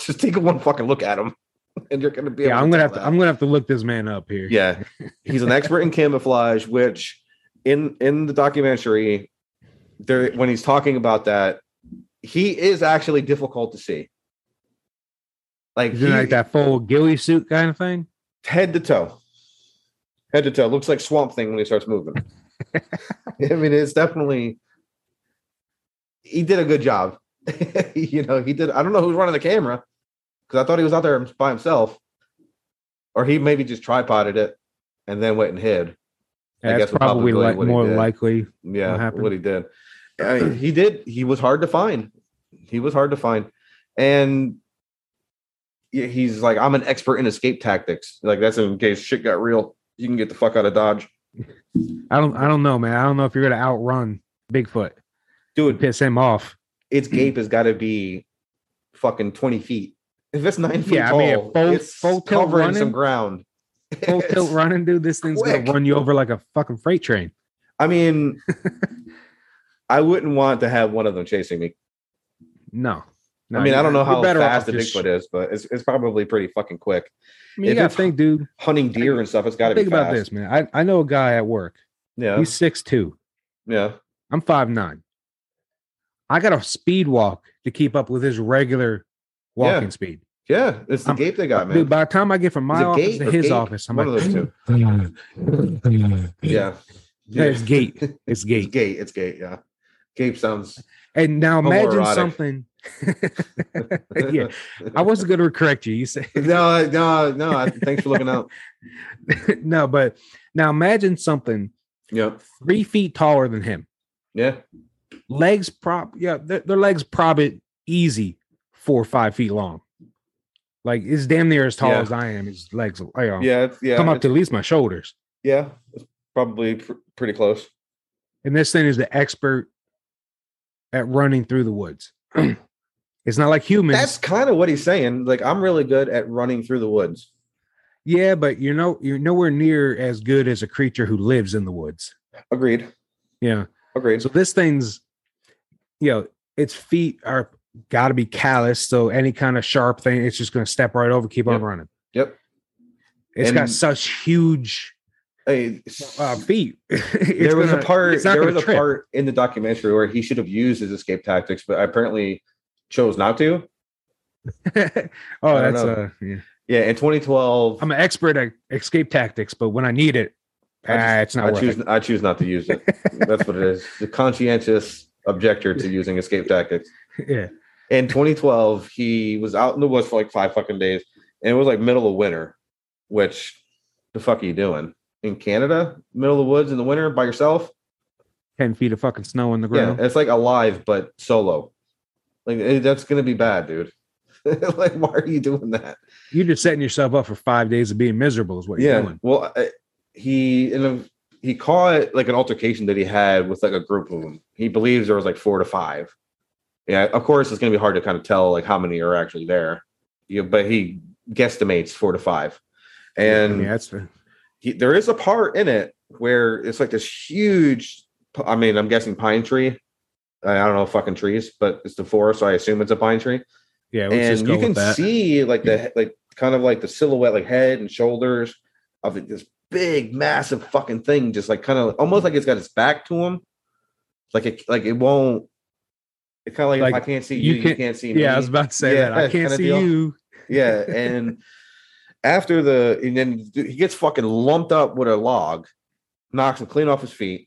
A: just take one fucking look at him and you're gonna be able
B: Yeah, I'm gonna have
A: tell
B: to.
A: that.
B: I'm gonna have to look this man up here.
A: Yeah. He's an expert in camouflage, which in in the documentary, there when he's talking about that, he is actually difficult to see. Like,
B: He's in like
A: he-
B: that full ghillie suit kind of thing.
A: head to toe. Head to toe. Looks like Swamp Thing when he starts moving. I mean, it's definitely. He did a good job. you know, he did. I don't know who's running the camera because I thought he was out there by himself, or he maybe just tripoded it and then went and hid. I
B: That's
A: guess we'll
B: probably
A: probably
B: like
A: what he
B: more
A: did.
B: likely.
A: Yeah,
B: What
A: what,
B: happened?
A: he did. I mean, he did. He was hard to find. He was hard to find, and yeah, he's like, I'm an expert in escape tactics. Like that's in case shit got real, you can get the fuck out of Dodge,
B: I don't I don't know, man. I don't know if you're gonna outrun Bigfoot.
A: dude.
B: Piss him off.
A: Its gape has got to be fucking twenty feet. If it's nine feet
B: Yeah, I
A: tall,
B: mean, if full-
A: it's
B: full tilt
A: covering some
B: running-
A: ground.
B: Full tilt
A: It's-
B: running, dude. This thing's
A: Quick.
B: gonna run you over like a fucking freight train.
A: I mean, I wouldn't want to have one of them chasing me.
B: No. No,
A: I mean, I don't know
B: you're
A: how
B: better
A: fast the
B: off just-
A: Bigfoot is, but it's, it's probably pretty fucking quick.
B: I mean, you
A: if
B: gotta
A: it's-
B: think, dude.
A: hunting deer and stuff. It's got to be
B: Think about
A: fast.
B: this, man. I, I know a guy at work.
A: Yeah,
B: He's six two.
A: yeah,
B: I'm five nine. I gotta speed walk to keep up with his regular
A: Yeah.
B: walking speed.
A: yeah. It's the
B: I'm-
A: gape they got, man.
B: Dude, by the time I get from
A: Is
B: my
A: it
B: office
A: gate
B: to
A: or
B: his
A: gate?
B: office, I'm
A: One
B: like,
A: of those two.
B: yeah,
A: Yeah,
B: it's gate. It's
A: It's
B: gate.
A: gate. It's gate. Yeah. Cape sounds.
B: And now imagine
A: Homoerotic.
B: something. yeah, I wasn't going to correct you. You said
A: no, no, no. I- Thanks for looking out.
B: no, but now imagine something
A: Yep.
B: three feet taller than him.
A: Yeah.
B: Legs prop, yeah, their, their legs probably easy four or five feet long. Like it's damn near as tall
A: Yeah.
B: as I am. His legs, you know,
A: Yeah. It's, yeah.
B: come up
A: it's-
B: to at least my shoulders.
A: yeah. It's probably pr- pretty close.
B: And this thing is the expert at running through the woods. it's not like humans.
A: That's kind of what he's saying. Like, I'm really good at running through the woods.
B: yeah, but you know, you're nowhere near as good as a creature who lives in the woods.
A: Agreed.
B: Yeah.
A: Agreed.
B: So this thing's, you know, its feet are got to be calloused. So any kind of sharp thing, it's just going to step right over, keep on
A: Yep.
B: running.
A: Yep.
B: It's got
A: And-
B: such huge
A: Hey,
B: uh, feet. It's
A: there was
B: gonna-
A: a part.
B: it's not
A: There
B: gonna
A: was a
B: trip.
A: part in the documentary where he should have used his escape tactics, but apparently chose not to.
B: oh,
A: I don't
B: that's
A: know.
B: uh, yeah.
A: Yeah, in 2012,
B: I'm an expert at escape tactics, but when I need it,
A: I just-
B: ah, it's not
A: I
B: worth
A: choose.
B: it.
A: I choose not to use it. That's what it is. The conscientious objector to using escape tactics.
B: Yeah.
A: In 2012, he was out in the woods for like five fucking days, and it was like middle of winter. Which the fuck are you doing in Canada? Middle of the woods in the winter by yourself?
B: 10 feet of fucking snow on the
A: Yeah,
B: ground.
A: it's like alive but solo. Like eh, that's gonna be bad, dude. like, why are you doing that?
B: You're just setting yourself up for five days of being miserable, is what you're
A: yeah
B: doing.
A: well I, he in a, he caught like an altercation that he had with like a group of them he believes there was like four to five yeah of course it's going to be hard to kind of tell like how many are actually there yeah, but he guesstimates four to five and
B: I mean, that's the-
A: he, there is a part in it where it's like this huge p- i mean i'm guessing pine tree i I don't know fucking trees but it's the forest so i assume it's a pine tree
B: yeah, let's just
A: and
B: go
A: you can
B: with that.
A: see like the like kind of like the silhouette like head and shoulders of it, this big massive fucking thing just like kind of almost like it's got its back to him like it like it won't it's kind of like, if
B: Like,
A: i can't see
B: you
A: you you
B: can't-
A: can't, see me
B: Yeah, I was about to say
A: Yeah,
B: that. I can't
A: kinda
B: see
A: deal.
B: you.
A: yeah and after the and then he gets fucking lumped up with a log knocks him clean off his feet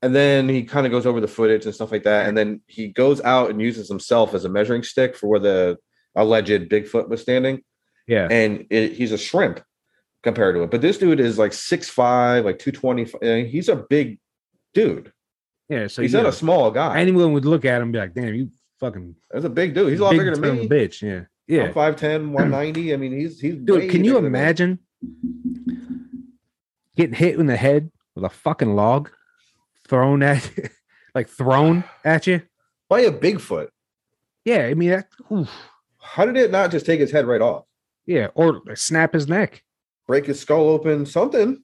A: and then he kind of goes over the footage and stuff like that and then he goes out and uses himself as a measuring stick for where the alleged bigfoot was standing
B: Yeah.
A: and it, he's a shrimp compared to it but this dude is like six five, like 220 and he's a big dude
B: Yeah. So
A: he's
B: yeah.
A: not a small guy
B: anyone would look at him and be like, damn, you fucking
A: that's a big dude he's a lot
B: big
A: bigger than
B: dumb
A: me
B: bitch. Yeah. Yeah.
A: I'm 5'10 190 i mean he's he's way
B: Dude, can you
A: bigger than me.
B: imagine getting hit in the head with a fucking log thrown at you? like thrown at you?
A: by a Bigfoot.
B: Yeah. I mean, that, oof.
A: How did it not just take his head right off?
B: yeah. Or snap his neck.
A: Break his skull open, something.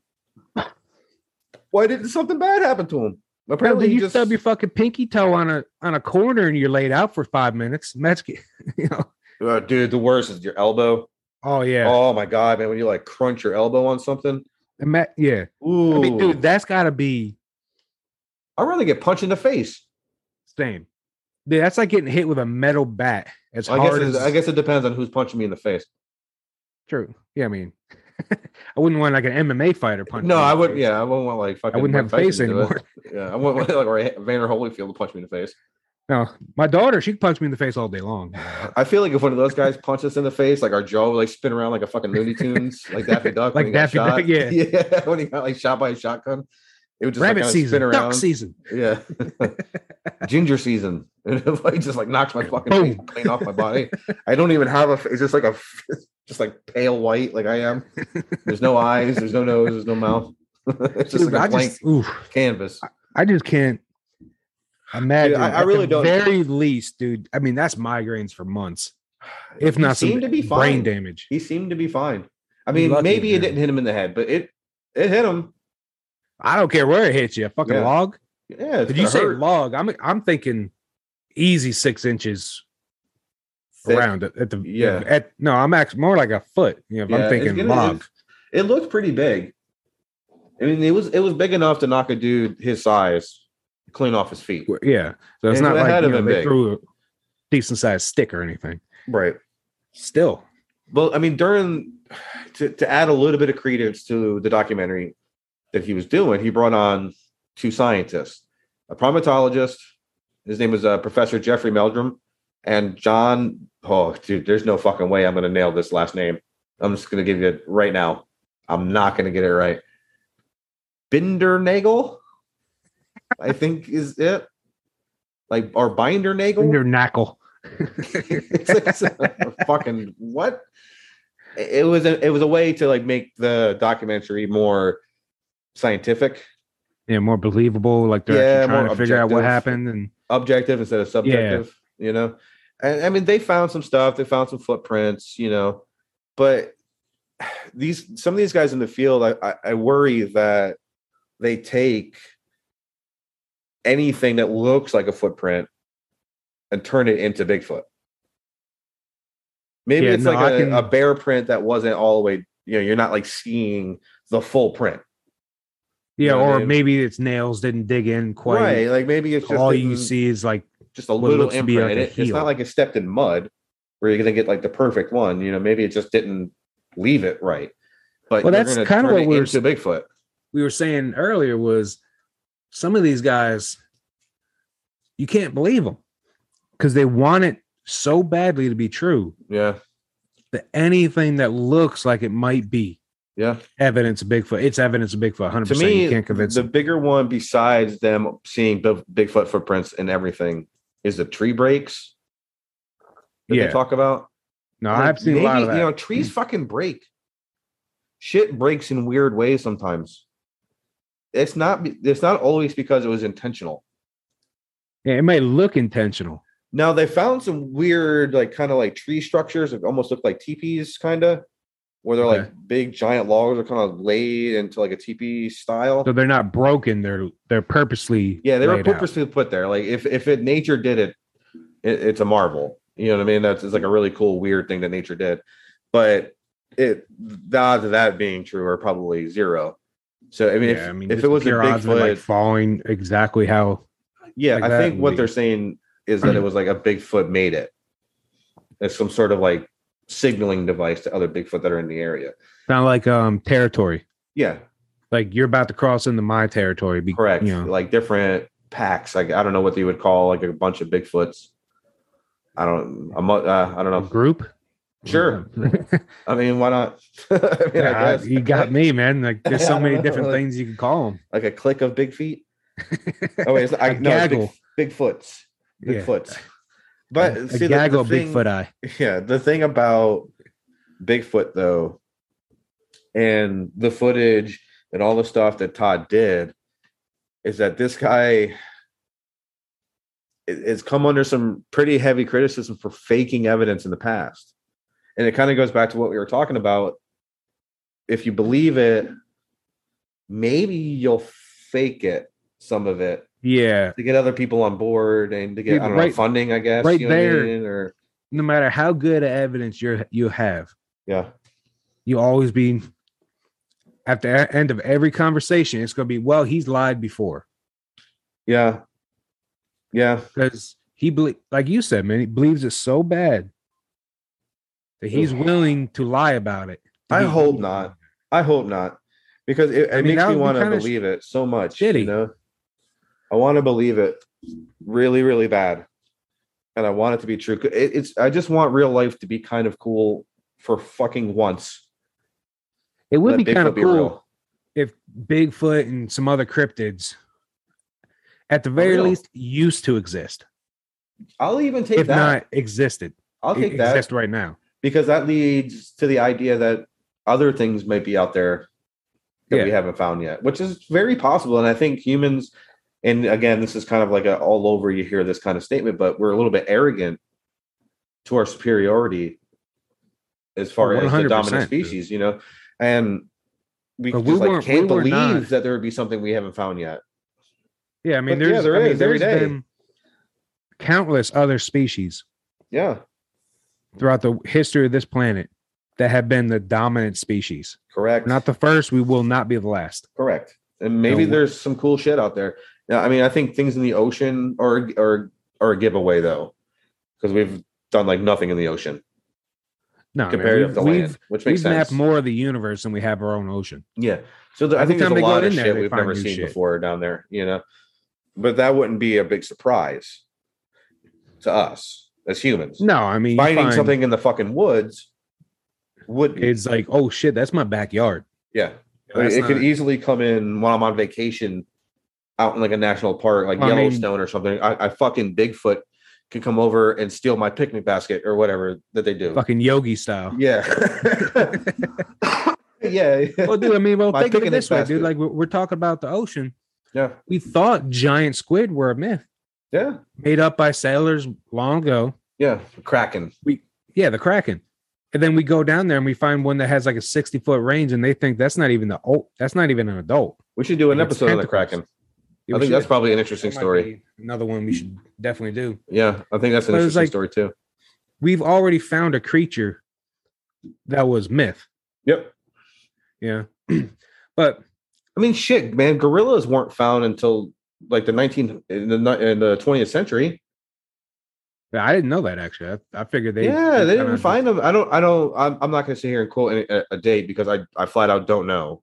A: Why didn't something bad happen to him?
B: Bro,
A: Apparently,
B: did
A: he
B: you
A: just
B: stub your fucking pinky toe on a on a corner and you're laid out for five minutes? That's you know.
A: Uh, dude. The worst is your elbow.
B: Oh yeah,
A: Oh my god, man! When you like crunch your elbow on something,
B: Ima- yeah.
A: ooh,
B: I mean, dude, that's got to be
A: I'd rather get punched in the face.
B: same. Dude, that's like getting hit with a metal bat. As
A: I guess,
B: hard
A: it,
B: as
A: I guess it depends on who's punching me in the face.
B: true. Yeah, I mean, I wouldn't want like an MMA fighter punch.
A: no,
B: me in
A: I
B: the
A: wouldn't.
B: face.
A: Yeah, I wouldn't want like fucking.
B: I wouldn't
A: Mike
B: have a face
A: Tyson to do it.
B: anymore.
A: Yeah, I wouldn't want like Vander Holyfield to punch me in the face.
B: No, my daughter, she could punch me in the face all day long.
A: I feel like if one of those guys punched us in the face, like our jaw would like spin around like a fucking Looney Tunes, like Daffy Duck,
B: Like
A: when he got
B: Daffy Duck,
A: shot.
B: yeah.
A: yeah, when he got like shot by a shotgun, it would just like,
B: Rabbit
A: kinda
B: season,
A: spin around.
B: duck season.
A: yeah, ginger season, and it like just like knocks my fucking face
B: Boom.
A: clean off my body. I don't even have a. fa- It's just like a, just like pale white, like I am. There's no eyes, there's no nose, there's no mouth. it's just
B: Dude,
A: like a
B: I
A: blank
B: just, oof,
A: canvas.
B: I just can't imagine.
A: I
B: At
A: really
B: the
A: don't-
B: Very least, dude. I mean, that's migraines for months, if
A: He
B: not some
A: seemed to be
B: brain
A: fine.
B: damage.
A: He seemed to be fine. I mean,
B: Lucky
A: maybe it
B: him.
A: didn't hit him in the head, but it it hit him.
B: I don't care where it hits you, a fucking
A: Yeah.
B: log.
A: Yeah, it's
B: Did you
A: gonna
B: say
A: hurt.
B: log? I'm I'm thinking easy six inches
A: Thick.
B: around at, at the
A: Yeah.
B: At no, I'm actually more like a foot. You know, if
A: Yeah,
B: I'm
A: it's
B: thinking
A: gonna-
B: log.
A: It looked pretty big. I mean, it was it was big enough to knock a dude his size clean off his feet.
B: Wh- Yeah, so it's
A: It
B: not
A: had
B: like
A: to
B: you
A: been
B: know, they
A: big.
B: threw a decent sized stick or anything.
A: Right.
B: Still,
A: Well, I mean, during to, to add a little bit of credence to the documentary that he was doing, he brought on two scientists. a primatologist. His name was uh, Professor Jeffrey Meldrum and John. Oh, dude, there's no fucking way I'm going to nail this last name. I'm just going to give you it right now. I'm not going to get it right. Bindernagel, I think is it. Like or binder nagel,
B: Your knuckle.
A: it's like it's a fucking what? It was a, it was a way to like make the documentary more scientific,
B: Yeah, more believable. Like they're
A: Yeah,
B: actually trying
A: more
B: to figure out what
A: objective.
B: happened, and
A: objective instead of subjective. You know, and I mean they found some stuff. They found some footprints. You know, but these some of these guys in the field, I I, I worry that they take anything that looks like a footprint and turn it into Bigfoot. Maybe
B: Yeah,
A: it's
B: no,
A: like
B: I
A: a,
B: can-
A: a bear print that wasn't all the way, you know, you're not like seeing the full print.
B: yeah,
A: know what I
B: or
A: mean?
B: maybe its nails didn't dig in quite.
A: right. Like maybe it's just
B: All you
A: didn't-
B: see is like
A: just a
B: what
A: little
B: looks to be
A: imprint.
B: like a
A: It- it's not
B: heel.
A: like it's stepped in mud where you're gonna get like the perfect one. You know, maybe it just didn't leave it right. But
B: Well,
A: you're
B: that's
A: gonna
B: kinda
A: turn
B: what
A: it
B: we were
A: into Bigfoot.
B: we were saying earlier was some of these guys you can't believe them because they want it so badly to be true
A: Yeah,
B: that anything that looks like it might be
A: yeah.
B: evidence of Bigfoot, it's evidence of Bigfoot. 100%.
A: To me,
B: you can't convince
A: the
B: them.
A: bigger one besides them seeing Big- Bigfoot footprints and everything is the tree breaks that
B: Yeah.
A: they talk about.
B: No,
A: Like,
B: I've seen a lot
A: maybe,
B: of that.
A: You know, trees fucking break. Shit breaks in weird ways sometimes. It's not. It's not always because it was intentional.
B: Yeah, it may look intentional.
A: Now they found some weird, like kind of like tree structures that almost look like teepees, kind of, where they're
B: Okay.
A: like big giant logs are kind of laid into like a teepee style.
B: So they're not broken. They're they're purposely
A: yeah, they were
B: laid out.
A: purposely put there. Like if if it nature did it, it, it's a marvel. You know what I mean? That's it's like a really cool, weird thing that nature did, but it the odds of that being true are probably zero. So I mean,
B: yeah,
A: if,
B: I mean
A: if
B: just
A: it was a
B: pure odds of it,
A: Bigfoot,
B: like following exactly how
A: Yeah,
B: like
A: I
B: that
A: think
B: would
A: what
B: be-
A: they're saying is that it was like a Bigfoot made it. It's some sort of like signaling device to other Bigfoot that are in the area.
B: not like um territory.
A: Yeah,
B: Like you're about to cross into my territory. Be,
A: correct.
B: You know,
A: Like different packs. Like I don't know what you would call like a bunch of Bigfoots. I don't. I'm, uh, I don't know.
B: group.
A: Sure. I mean, why not? I mean, I
B: Yeah,
A: guess
B: you got me, man. Like there's
A: I
B: so
A: don't
B: many
A: know,
B: different
A: like-
B: things you can call them.
A: like a click of big feet. Oh wait, it's, I,
B: A
A: no, it's big,
B: gaggle.
A: Bigfoots.
B: Yeah.
A: Bigfoots. But
B: a
A: see, the- the
B: gaggle of
A: thing-
B: Bigfoot eye.
A: Yeah, the thing about Bigfoot though, and the footage and all the stuff that Todd did, is that this guy i- has come under some pretty heavy criticism for faking evidence in the past, and it kind of goes back to what we were talking about. If you believe it, maybe you'll fake it some of it
B: Yeah.
A: to get other people on board and to get
B: Dude,
A: I don't know
B: right-
A: funding, I guess.
B: right
A: you know what I
B: there.
A: mean, or
B: No matter how good of evidence you are you have,
A: yeah.
B: you always be at the e- end of every conversation. It's going to be well, he's lied before
A: Yeah. Yeah.
B: because he believe, like you said, man, he believes it so bad that he's
A: Ugh.
B: willing to lie about it. to
A: I
B: be
A: hope
B: believed.
A: not. I hope not. Because it, it
B: I mean,
A: makes
B: that
A: me
B: would be
A: want to
B: kinda
A: believe it so much. You
B: shitty.
A: know? I want to believe it really, really bad. And I want it to be true. It- it's I just want real life to be kind of cool for fucking once.
B: It would
A: Let
B: be
A: Bigfoot
B: kind of cool. if Bigfoot and some other cryptids, at the very
A: real.
B: least, used to exist,
A: I'll even take
B: if
A: that.
B: not e, existed,
A: I'll take that
B: exist right now.
A: because that leads to the idea that other things might be out there that we
B: Yeah.
A: haven't found yet, which is very possible. And I think humans, and again, this is kind of like a all over you hear this kind of statement, but we're a little bit arrogant to our superiority as far as the
B: 100%,
A: dominant
B: dude.
A: species, you know, and we
B: But
A: just
B: we
A: like
B: weren't-
A: can't
B: we were
A: believe
B: not-
A: that there would be something we haven't found yet.
B: Yeah, I mean,
A: But yeah,
B: there's,
A: there
B: I mean,
A: is every
B: there's
A: day.
B: been countless other species
A: Yeah,
B: throughout the history of this planet that have been the dominant species.
A: correct.
B: We're not the first. We will not be the last.
A: Correct. And maybe
B: wh-
A: there's some cool shit out there. Now, I mean, I think things in the ocean are are are a giveaway though, because we've done like nothing in the ocean
B: No,
A: compared
B: man,
A: to
B: we've,
A: land, which
B: we've,
A: makes
B: we've mapped
A: sense.
B: more of the universe than we have our own ocean.
A: yeah. So the, I
B: Every
A: think there's
B: time
A: a
B: they go
A: lot of
B: in there,
A: shit
B: they
A: we've
B: find
A: never
B: new
A: seen
B: shit.
A: before down there. You know, but that wouldn't be a big surprise to us as humans.
B: No, I mean you
A: Finding
B: find-
A: something in the fucking woods would be.
B: It's like, oh shit, that's my backyard.
A: yeah. I mean,
B: That's
A: it
B: not-
A: could easily come in while I'm on vacation out in like a national park, like
B: I mean-
A: Yellowstone or something. I, I fucking Bigfoot could come over and steal my picnic basket or whatever that they do.
B: fucking yogi style.
A: Yeah. yeah.
B: Well, dude, I mean, well,
A: My
B: think of it
A: picnic
B: this way,
A: basket.
B: dude. Like we're, we're talking about the ocean.
A: Yeah.
B: We thought giant squid were a myth
A: Yeah.
B: made up by sailors long ago.
A: Yeah. Kraken.
B: Yeah, the kraken. And then we go down there and we find one that has like a sixty foot range, and they think that's not even the old. That's not even an adult.
A: We should do an
B: It's
A: episode on the
B: tentacles.
A: Kraken. I
B: Yeah, we
A: think
B: should.
A: that's probably an interesting
B: That might
A: story.
B: be Another one we should definitely do.
A: Yeah, I think that's an
B: But
A: interesting
B: it was like-
A: story too.
B: We've already found a creature that was myth.
A: Yep.
B: Yeah, but
A: I mean, shit, man. Gorillas weren't found until like the 19th in the ni- in the 20th century.
B: I didn't know that actually. I, I figured they
A: yeah, they didn't
B: kinda-
A: find them. I don't. I don't. I'm, I'm not going to sit here and quote any- a, a date because I I flat out don't know.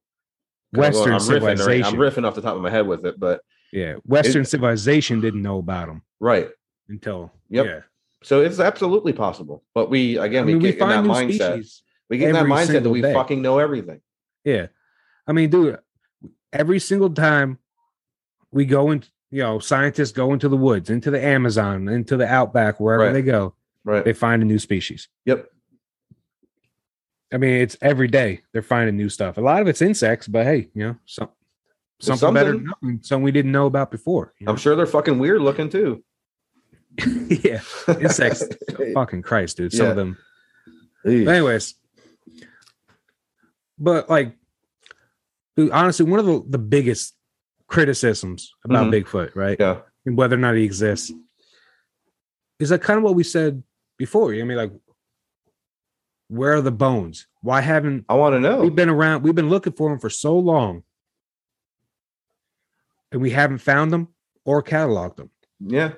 A: 'Cause I'm
B: Western
A: going- I'm riffing, right-
B: civilization.
A: I'm riffing off the top of my head with it, but
B: Yeah, Western civilization didn't know about them
A: right.
B: until
A: Yep.
B: yeah.
A: So it's absolutely possible. But we again,
B: I mean,
A: we
B: we
A: get in that
B: find new
A: mindset.
B: species.
A: We get in that
B: every
A: mindset that
B: single
A: we
B: day.
A: fucking know everything.
B: Yeah, I mean, dude, every single time we go in, you know, scientists go into the woods, into the Amazon, into the outback, wherever
A: Right.
B: they go,
A: Right.
B: they find a new species.
A: Yep.
B: I mean, it's every day they're finding new stuff. A lot of it's insects, but hey, you know, some, something, better than
A: something.
B: nothing, something we didn't know about before. you
A: I'm sure they're fucking weird looking too.
B: know? yeah, insects. fucking Christ, dude. Some
A: Yeah.
B: of them.
A: Eesh.
B: But anyways, but like, dude, honestly, one of the, the biggest criticisms about Bigfoot, right,
A: yeah.
B: and whether or not he exists, is like kind of what we said before. I mean, like, where are the bones? Why haven't
A: I want to know.
B: we been around? We've been looking for him for so long, and we haven't found them or cataloged them.
A: Yeah,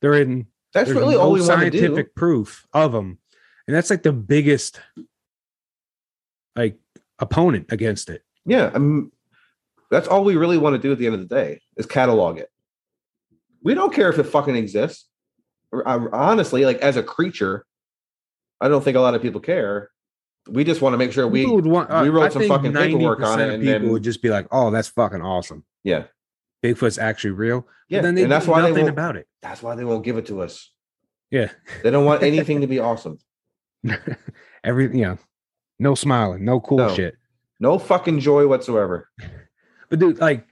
B: They're in
A: that's
B: There's
A: really
B: no
A: all we want to do.
B: scientific proof of them, and that's like the biggest like opponent against it.
A: Yeah, I'm, that's all we really want to do at the end of the day is catalog it. We don't care if it fucking exists. Or, I- honestly, like as a creature, I don't think a lot of people care. We just want to make sure we.
B: People would want. uh,
A: we wrote
B: I
A: some
B: think
A: fucking paperwork on it
B: 90% of
A: and
B: people
A: then-
B: would just be like, "Oh, that's fucking awesome.
A: Yeah,
B: Bigfoot's actually real."
A: yeah,
B: But then they
A: and that's
B: do
A: why they
B: nothing
A: won't.
B: about it.
A: That's why they won't give it to us.
B: Yeah,
A: They don't want anything to be awesome.
B: everything. Yeah, no smiling, no cool
A: No.
B: shit.
A: No fucking joy whatsoever.
B: But dude, like,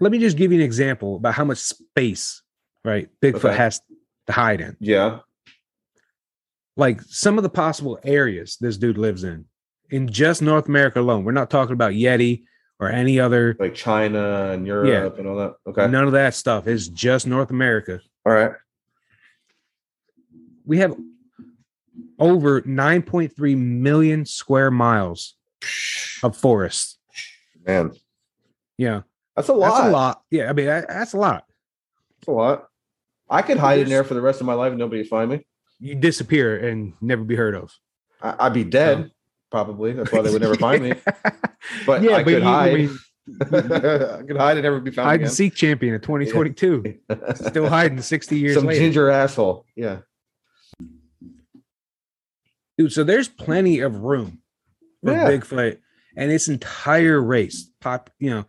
B: let me just give you an example about how much space, right? Bigfoot
A: Okay.
B: has to hide in.
A: Yeah,
B: like some of the possible areas this dude lives in in just North America alone. We're not talking about Yeti or any other
A: like China and Europe and all that. Okay,
B: none of that stuff. It's just North America.
A: all right.
B: We have over 9.3 million square miles of forest.
A: Man,
B: Yeah.
A: that's a lot.
B: That's a lot. Yeah, I mean that, that's a lot.
A: That's a lot. I could hide in there for the rest of my life and nobody would find me.
B: You disappear and never be heard of.
A: I, I'd be dead, probably. That's why Oh, they would never find me. But
B: yeah,
A: I
B: but
A: could
B: you, I
A: hide.
B: mean,
A: I could hide and never be found
B: hide and
A: again.
B: seek champion of 2022. Still hiding 60 years
A: Some
B: later.
A: ginger asshole. Yeah.
B: dude. So there's plenty of room for
A: Yeah.
B: Bigfoot and its entire race, pop, you know,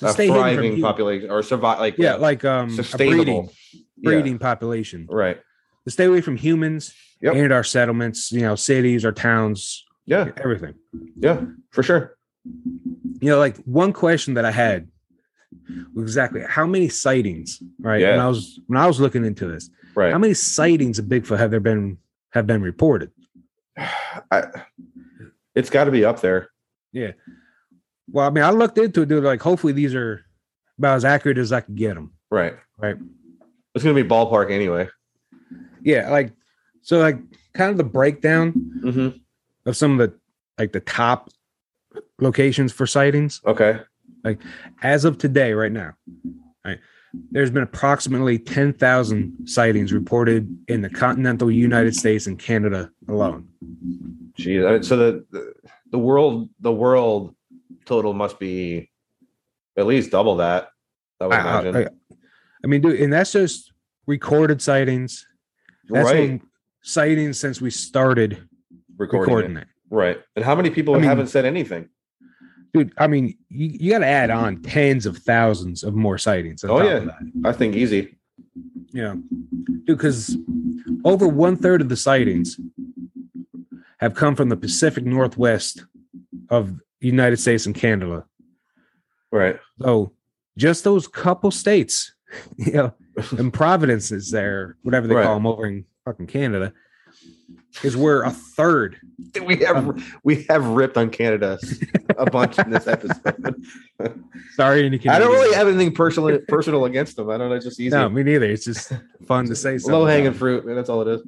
B: to
A: A
B: stay hidden from
A: thriving
B: human-
A: population or survive like
B: Yeah,
A: uh,
B: like um, a breeding
A: sustainable. Yeah,
B: breeding population
A: Right.
B: to stay away from humans
A: Yep.
B: and our settlements, you know, cities, our towns,
A: Yeah.
B: everything.
A: Yeah. For sure.
B: You know, like one question that I had was exactly how many sightings, right? When
A: Yeah.
B: I was when I was looking into this,
A: Right.
B: how many sightings of Bigfoot have there been have been reported?
A: I, it's got to be up there.
B: Well, I mean, I looked into it, dude. Like, hopefully these are about as accurate as I could get them.
A: Right.
B: Right.
A: It's going to be ballpark anyway.
B: yeah like so like kind of the breakdown
A: Mm-hmm.
B: of some of the like the top locations for sightings
A: Okay.
B: as of today right now right there's been approximately 10,000 sightings reported in the continental United States and Canada alone.
A: Jeez. I mean, so the, the the world the world total must be at least double that. I would
B: I- I-
A: imagine.
B: I- I mean, dude, and that's just recorded sightings. That's
A: right.
B: been sightings since we started
A: recording,
B: recording,
A: it.
B: it.
A: Right. And how many people
B: I mean-
A: haven't said anything?
B: dude. I mean, you, you got to add on tens of thousands of more sightings. on
A: Oh,
B: top
A: yeah.
B: of that.
A: I think easy.
B: yeah, dude. Because over one third of the sightings have come from the Pacific Northwest of the United States and Canada.
A: Right.
B: So just those couple states, you know, and Providence is there, whatever they call
A: Right.
B: 'em call them over in fucking Canada, is where a third
A: We have
B: Um,
A: we have ripped on Canada a bunch in this episode.
B: Sorry, any
A: I
B: Canadians.
A: don't really have anything personal personal against them. I don't know. It's just easy.
B: No, me neither. It's just fun to say. something
A: Low hanging
B: about
A: fruit, man. That's all it is.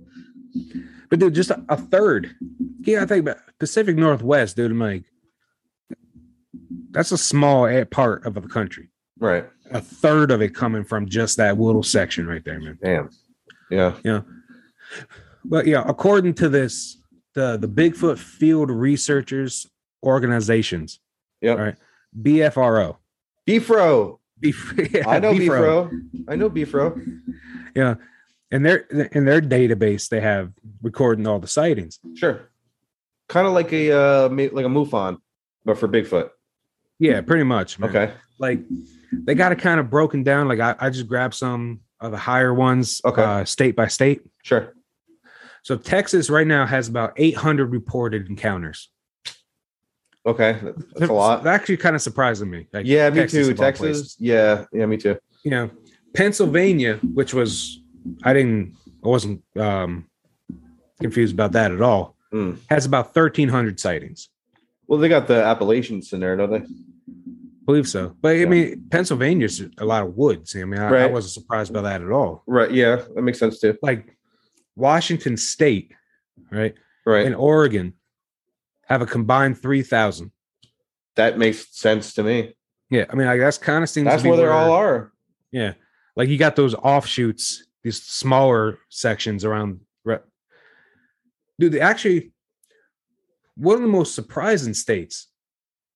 B: it. But dude, just a, a third. Yeah, I think about Pacific Northwest, dude. I'm like, that's a small a- part of the country.
A: Right.
B: A third of it coming from just that little section right there, man.
A: Damn. Yeah.
B: But yeah, according to this, the the Bigfoot Field Researchers Organizations,
A: Yep.
B: Right. BFRO.
A: Beefro.
B: Bef- yeah,
A: I know
B: BFRO.
A: Beefro. I know Beefro.
B: And their in their database, they have recording all the sightings.
A: Sure. Kind of like a uh ma- like a MUFON, but for Bigfoot.
B: Yeah, pretty much. man.
A: Okay.
B: like they got it kind of broken down. Like I, I just grabbed some of the higher ones,
A: Okay.
B: uh, state by state.
A: Sure.
B: So Texas right now has about 800 reported encounters.
A: Okay. That's a lot.
B: That actually kind of surprising me. Like,
A: Yeah, me
B: Texas
A: too.
B: of all
A: Texas.
B: places.
A: Yeah. Yeah, me too.
B: you know, Pennsylvania, which was I didn't, I wasn't um, confused about that at all,
A: Mm.
B: has about 1,300 sightings.
A: Well, they got the Appalachians in there, don't they?
B: believe so, but I
A: Yeah.
B: mean, Pennsylvania's a lot of woods. I mean, I, I
A: Right.
B: wasn't surprised by that at all.
A: Right. Yeah, that makes sense too.
B: Like Washington State, right?
A: Right.
B: and Oregon have a combined three thousand.
A: that makes sense to me.
B: Yeah, I mean, like that's kind of seems
A: That's
B: to be
A: where they all are.
B: Yeah, like you got those offshoots, these smaller sections around. re- Dude, they actually, one of the most surprising states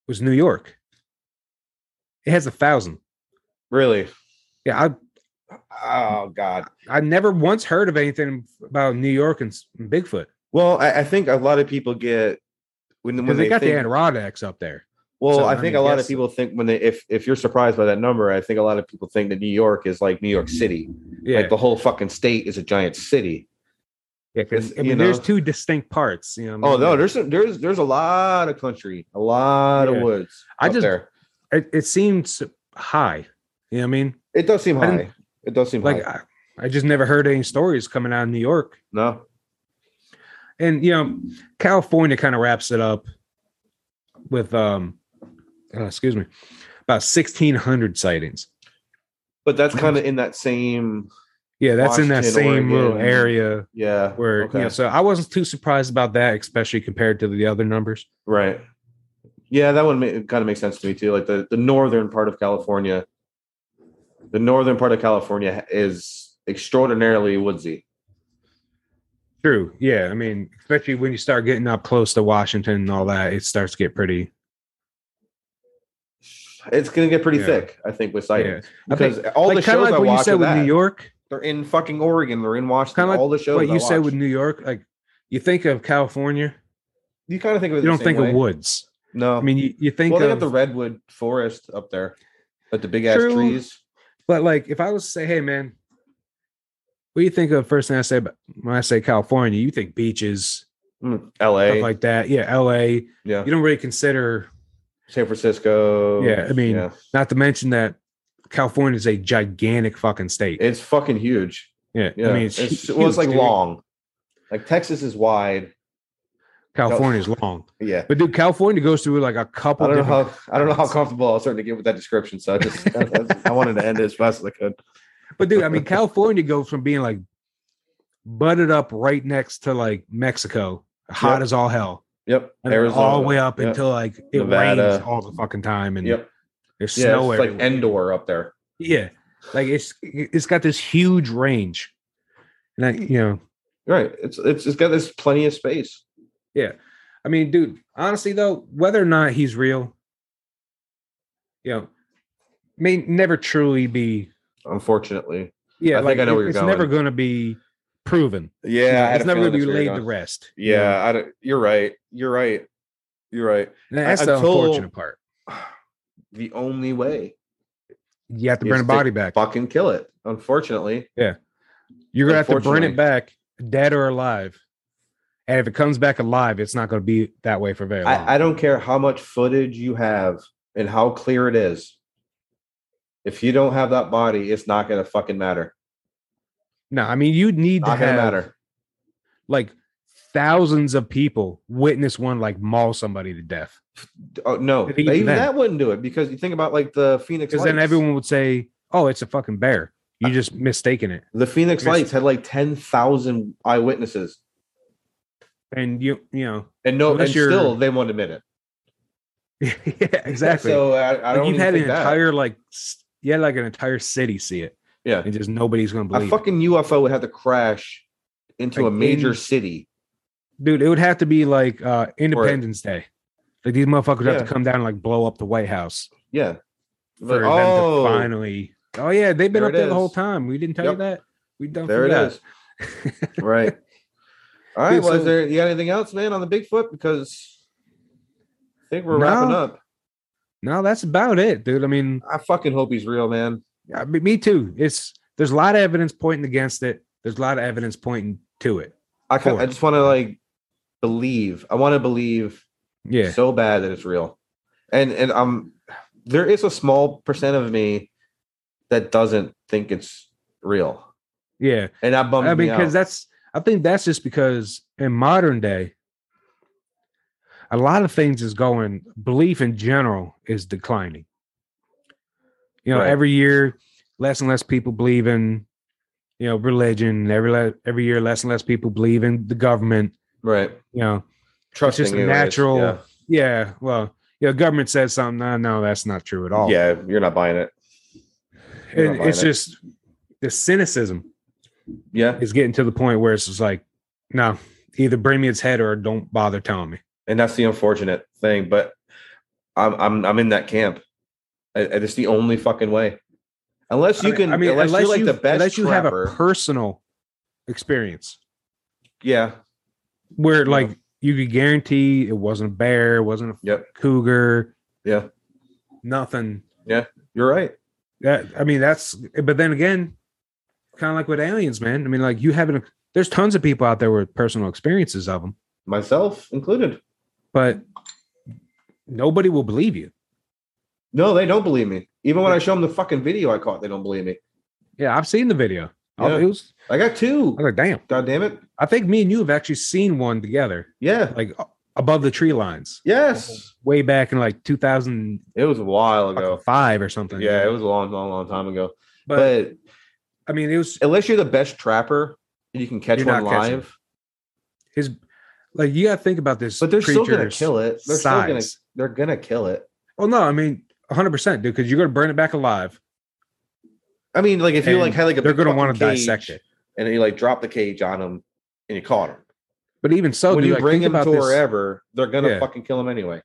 B: was New York. It has a thousand.
A: Really.
B: Mm-hmm. Yeah, I
A: Oh God.
B: I never once heard of anything about New York and s- Bigfoot
A: Well, I, I think a lot of people get when when
B: because they, got
A: think,
B: the Adirondacks up there.
A: Well,
B: so,
A: I
B: I
A: think
B: mean,
A: a lot of
B: yes.
A: people think when they if if you're surprised by that number, I think a lot of people think that New York is like New York City.
B: Yeah,
A: Like the whole fucking state is a giant city.
B: yeah. Because I
A: you
B: mean, there's
A: know.
B: two distinct parts. You know, what I
A: Oh
B: mean?
A: no, there's some, there's there's a lot of country, a lot
B: Yeah.
A: of woods.
B: I
A: up
B: just-
A: there.
B: it, it seems high. You know what I mean?
A: it does seem
B: I didn't-
A: high. It does seem
B: Like
A: high.
B: I, I just never heard any stories coming out of New York.
A: No,
B: And you know, California kind of wraps it up with um uh, excuse me, about sixteen hundred sightings.
A: but that's kind of in that same.
B: Yeah, that's in that
A: Washington,
B: same little
A: Oregon.
B: area
A: Yeah,
B: where
A: okay.
B: you know, so I wasn't too surprised about that, especially compared to the other numbers.
A: Right. Yeah, that one kind of makes sense to me too. Like the, the northern part of California, the northern part of California is extraordinarily woodsy.
B: True. Yeah. I mean, especially when you start getting up close to Washington and all that, it starts to get pretty
A: It's going to get pretty
B: Yeah.
A: thick, I think, with
B: yeah.
A: sightings because all
B: like,
A: the shows
B: kind of like
A: I
B: what you
A: watch
B: said
A: are
B: with
A: that.
B: New York.
A: they're in fucking Oregon, they're in Washington.
B: Kinda like
A: all the shows
B: what you
A: I
B: said
A: watch.
B: with New York, like you think of California,
A: you kind of think of it.
B: you don't think
A: way.
B: of woods.
A: No,
B: I mean, you, you think
A: well, they
B: of,
A: got the redwood forest up there, but the big ass
B: True.
A: trees.
B: but like if I was to say, hey man, what do you think of first thing I say about when I say California? You think beaches,
A: Mm, L.A.,
B: stuff like that. Yeah, L.A.
A: yeah,
B: You don't really consider.
A: San Francisco.
B: Yeah, I mean-
A: yeah.
B: Not to mention that California is a gigantic fucking state.
A: it's fucking huge.
B: yeah,
A: Yeah,
B: I mean, it's,
A: it's, well, it's
B: huge,
A: like
B: dude.
A: long. Like Texas is wide.
B: California's long,
A: Yeah,
B: but dude, California goes through like a
A: I
B: couple.
A: don't know
B: different-
A: how I don't know how comfortable I was starting to get with that description. So I just I wanted to end it as fast as I could.
B: But dude, I mean, California goes from being like butted up right next to like Mexico, hot
A: Yep.
B: as all hell,
A: Yep,
B: and then all the way up
A: Yep.
B: until like it
A: Nevada.
B: rains all the fucking time, and
A: Yep,
B: there's
A: yeah,
B: snow
A: it's
B: everywhere.
A: like Endor up there.
B: yeah, like it's it's got this huge range, and I, you know,
A: Right, it's it's it's got this plenty of space.
B: I mean, dude, honestly though, whether or not he's real, you know, may never truly be
A: Unfortunately,
B: Yeah,
A: I think I know
B: it-
A: where you're
B: it's never
A: going.
B: going to be proven.
A: yeah, I had
B: it's
A: a
B: never
A: feeling
B: going to be
A: that's where you're
B: laid
A: going.
B: to rest. you know?
A: Yeah, I don't, you're right. You're right. You're right.
B: And that's the
A: until-
B: unfortunate part.
A: The only way,
B: You have to
A: You
B: burn a
A: have to
B: body back.
A: fucking kill it. Unfortunately,
B: You're gonna have to burn
A: Unfortunately.
B: it back, dead or alive. And if it comes back alive, it's not going to be that way for very long.
A: I, I don't care how much footage you have and how clear it is. If you don't have that body, it's not gonna fucking matter.
B: no, I mean you'd need to
A: Not gonna
B: have
A: matter.
B: like thousands of people witness one like maul somebody to death,
A: Oh no,
B: Even
A: even
B: then.
A: that wouldn't do it because you think about like the Phoenix.
B: because then
A: Lights.
B: everyone would say, "Oh, it's a fucking bear.
A: Uh,
B: You just mistaken it."
A: the Phoenix
B: Missed.
A: Lights had like ten thousand eyewitnesses,
B: And you, you know,
A: and no,
B: Unless
A: and
B: you're-
A: still they won't admit it.
B: yeah, exactly.
A: So I, I don't.
B: like, you've
A: even
B: had an
A: think that.
B: entire like, s- yeah, like an entire city see it,
A: Yeah.
B: and just nobody's going to
A: A
B: believe. it.
A: fucking UFO would have to crash into a
B: Like,
A: major
B: in-
A: city.
B: dude it would have to be like uh independence day like these motherfuckers have
A: Yeah.
B: to come down and like blow up the white house
A: Yeah.
B: for
A: But,
B: them
A: oh,
B: to finally oh yeah they've been
A: There
B: up
A: it
B: there the whole
A: is.
B: time we didn't tell
A: Yep.
B: you that we don't
A: there it
B: forget.
A: is. right. All right.
B: Dude,
A: well,
B: so-
A: is there you got anything else, man, on the Bigfoot? Because I think we're wrapping
B: No.
A: up.
B: no that's about it dude i mean
A: I fucking hope he's real, man.
B: I mean, me too it's there's a lot of evidence pointing against it there's a lot of evidence pointing to it
A: I can,
B: Sure.
A: I just want to like believe. I want to believe
B: yeah
A: so bad that it's real. And and um, there is a small percent of me that doesn't think it's real,
B: yeah
A: and that bums
B: I mean,
A: me
B: because
A: out.
B: that's I think that's just because in modern day, a lot of things is going. Belief in general is declining. You know,
A: Right.
B: every year, less and less people believe in, you know, religion. Every le- every year, less and less people believe in the government.
A: right.
B: You know,
A: Trusting
B: just a
A: anyways,
B: natural-
A: Yeah.
B: yeah, well, you know, government says something. No, no, that's not true at all.
A: yeah, you're not buying it. you're not
B: and
A: buying
B: it's
A: it.
B: just the cynicism
A: Yeah,
B: is getting to the point where it's just like, no, either bring me its head or don't bother telling me.
A: and that's the unfortunate thing. But I'm I'm I'm in that camp. I, I- it's the only fucking way. Unless you
B: I mean-
A: can,
B: I mean,
A: unless,
B: unless,
A: you're like
B: you
A: the best
B: unless you have
A: trapper,
B: a personal experience
A: yeah,
B: where
A: Yeah.
B: like you could guarantee it wasn't a bear, it wasn't a
A: Yep.
B: cougar,
A: yeah,
B: nothing.
A: you're right.
B: That I mean, that's. But then again, kind of like with aliens, man. I mean, like you haven't. There's tons of people out there with personal experiences of them,
A: Myself included.
B: but nobody will believe you.
A: No, they don't believe me. Even when I show them the fucking video I caught, they don't believe me.
B: Yeah, I've seen the video. I,
A: Yeah.
B: it was,
A: I got two.
B: I was like, damn.
A: God damn it.
B: I think me and you have actually seen one together,
A: Yeah.
B: like above the tree lines,
A: Yes.
B: way back in like 2000.
A: It was a while ago.
B: five or something.
A: Yeah, it was a long, long, long time ago.
B: but,
A: But
B: I mean, it was
A: unless you're the best trapper and you can catch
B: You're
A: one
B: not catching.
A: live,
B: his like you got to think about this.
A: but they're still gonna
B: creature's
A: kill it. They're still gonna
B: size.
A: they're gonna kill it.
B: Well, no, I mean, 100 percent, dude, because you're gonna burn it back alive.
A: I mean, like if you
B: And
A: like had like a
B: they're
A: big
B: gonna
A: fucking
B: want to
A: cage
B: dissect it.
A: and you like drop the cage on them and you caught them.
B: But even so,
A: when
B: dude,
A: you
B: like,
A: bring
B: think
A: them
B: about
A: to
B: this.
A: wherever, they're gonna
B: Yeah.
A: fucking kill them anyway.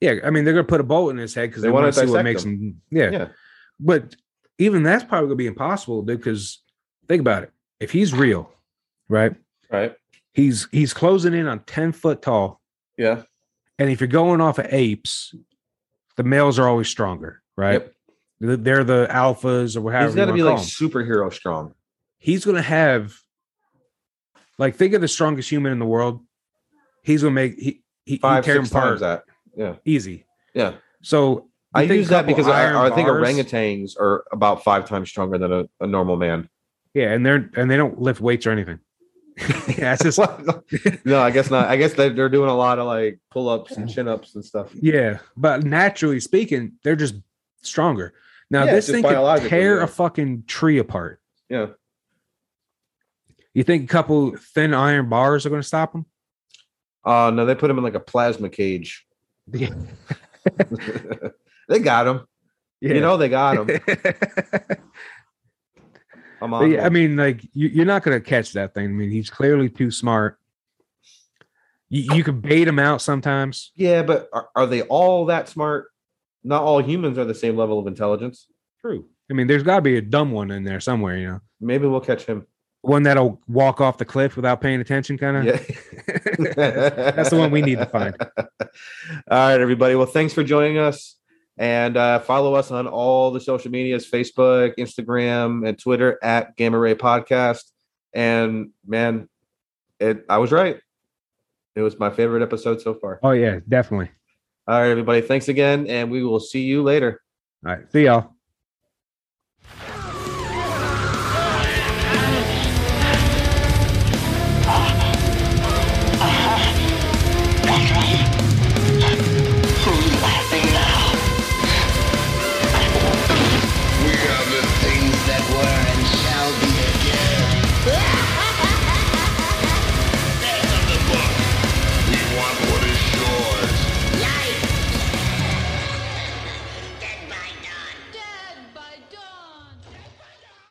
B: Yeah, I mean, they're gonna put a bolt in his head because
A: They
B: they, want
A: wanna
B: to see what
A: dissect
B: makes him. Yeah.
A: Yeah.
B: but even that's probably gonna be impossible, dude. Because think about it. If he's real, right?
A: Right?
B: He's he's closing in on 10 foot tall,
A: Yeah.
B: and if you're going off of apes, the males are always stronger, right?
A: Yep.
B: Th- They're the alphas or however.
A: He's got to
B: you
A: be
B: wanna
A: like
B: call 'em.
A: superhero strong.
B: he's gonna have like think of the strongest human in the world. He's gonna make he he,
A: Five,
B: he tear him
A: six times
B: apart
A: that.
B: easy.
A: Yeah.
B: So
A: I
B: you think a
A: use that
B: couple
A: because I, I
B: iron
A: think
B: bars-
A: orangutans are about five times stronger than a, a normal man.
B: Yeah, and they're and they don't lift weights or anything. yeah, it's just
A: no, I guess not. I guess they, they're doing a lot of like pull ups and chin ups and stuff.
B: yeah, but naturally speaking, they're just stronger. Now
A: Yeah,
B: this
A: just
B: thing could
A: biologically,
B: tear
A: yeah.
B: a fucking tree apart.
A: Yeah.
B: You think a couple thin iron bars are gonna stop him?
A: Uh, no, they put him in like a plasma cage.
B: Yeah.
A: they got him. You know, they got him. I'm
B: But
A: on.
B: yeah, I
A: one.
B: mean, like you, you're not going to catch that thing. I mean, he's clearly too smart. You, you can bait him out sometimes.
A: yeah, but are, are they all that smart? Not all humans are the same level of intelligence.
B: True. I mean, there's got to be a dumb one in there somewhere, you know,
A: Maybe we'll catch him.
B: one that'll walk off the cliff without paying attention, kind of.
A: Yeah. That's
B: the one we need to find.
A: All right, everybody. Well, thanks for joining us. And uh, follow us on all the social medias Facebook, Instagram, and Twitter at Gamma Ray Podcast. And man, it, I was right. It was my favorite episode so far.
B: Oh yeah, definitely.
A: All right, everybody. Thanks again. And we will see you later.
B: All right, see y'all.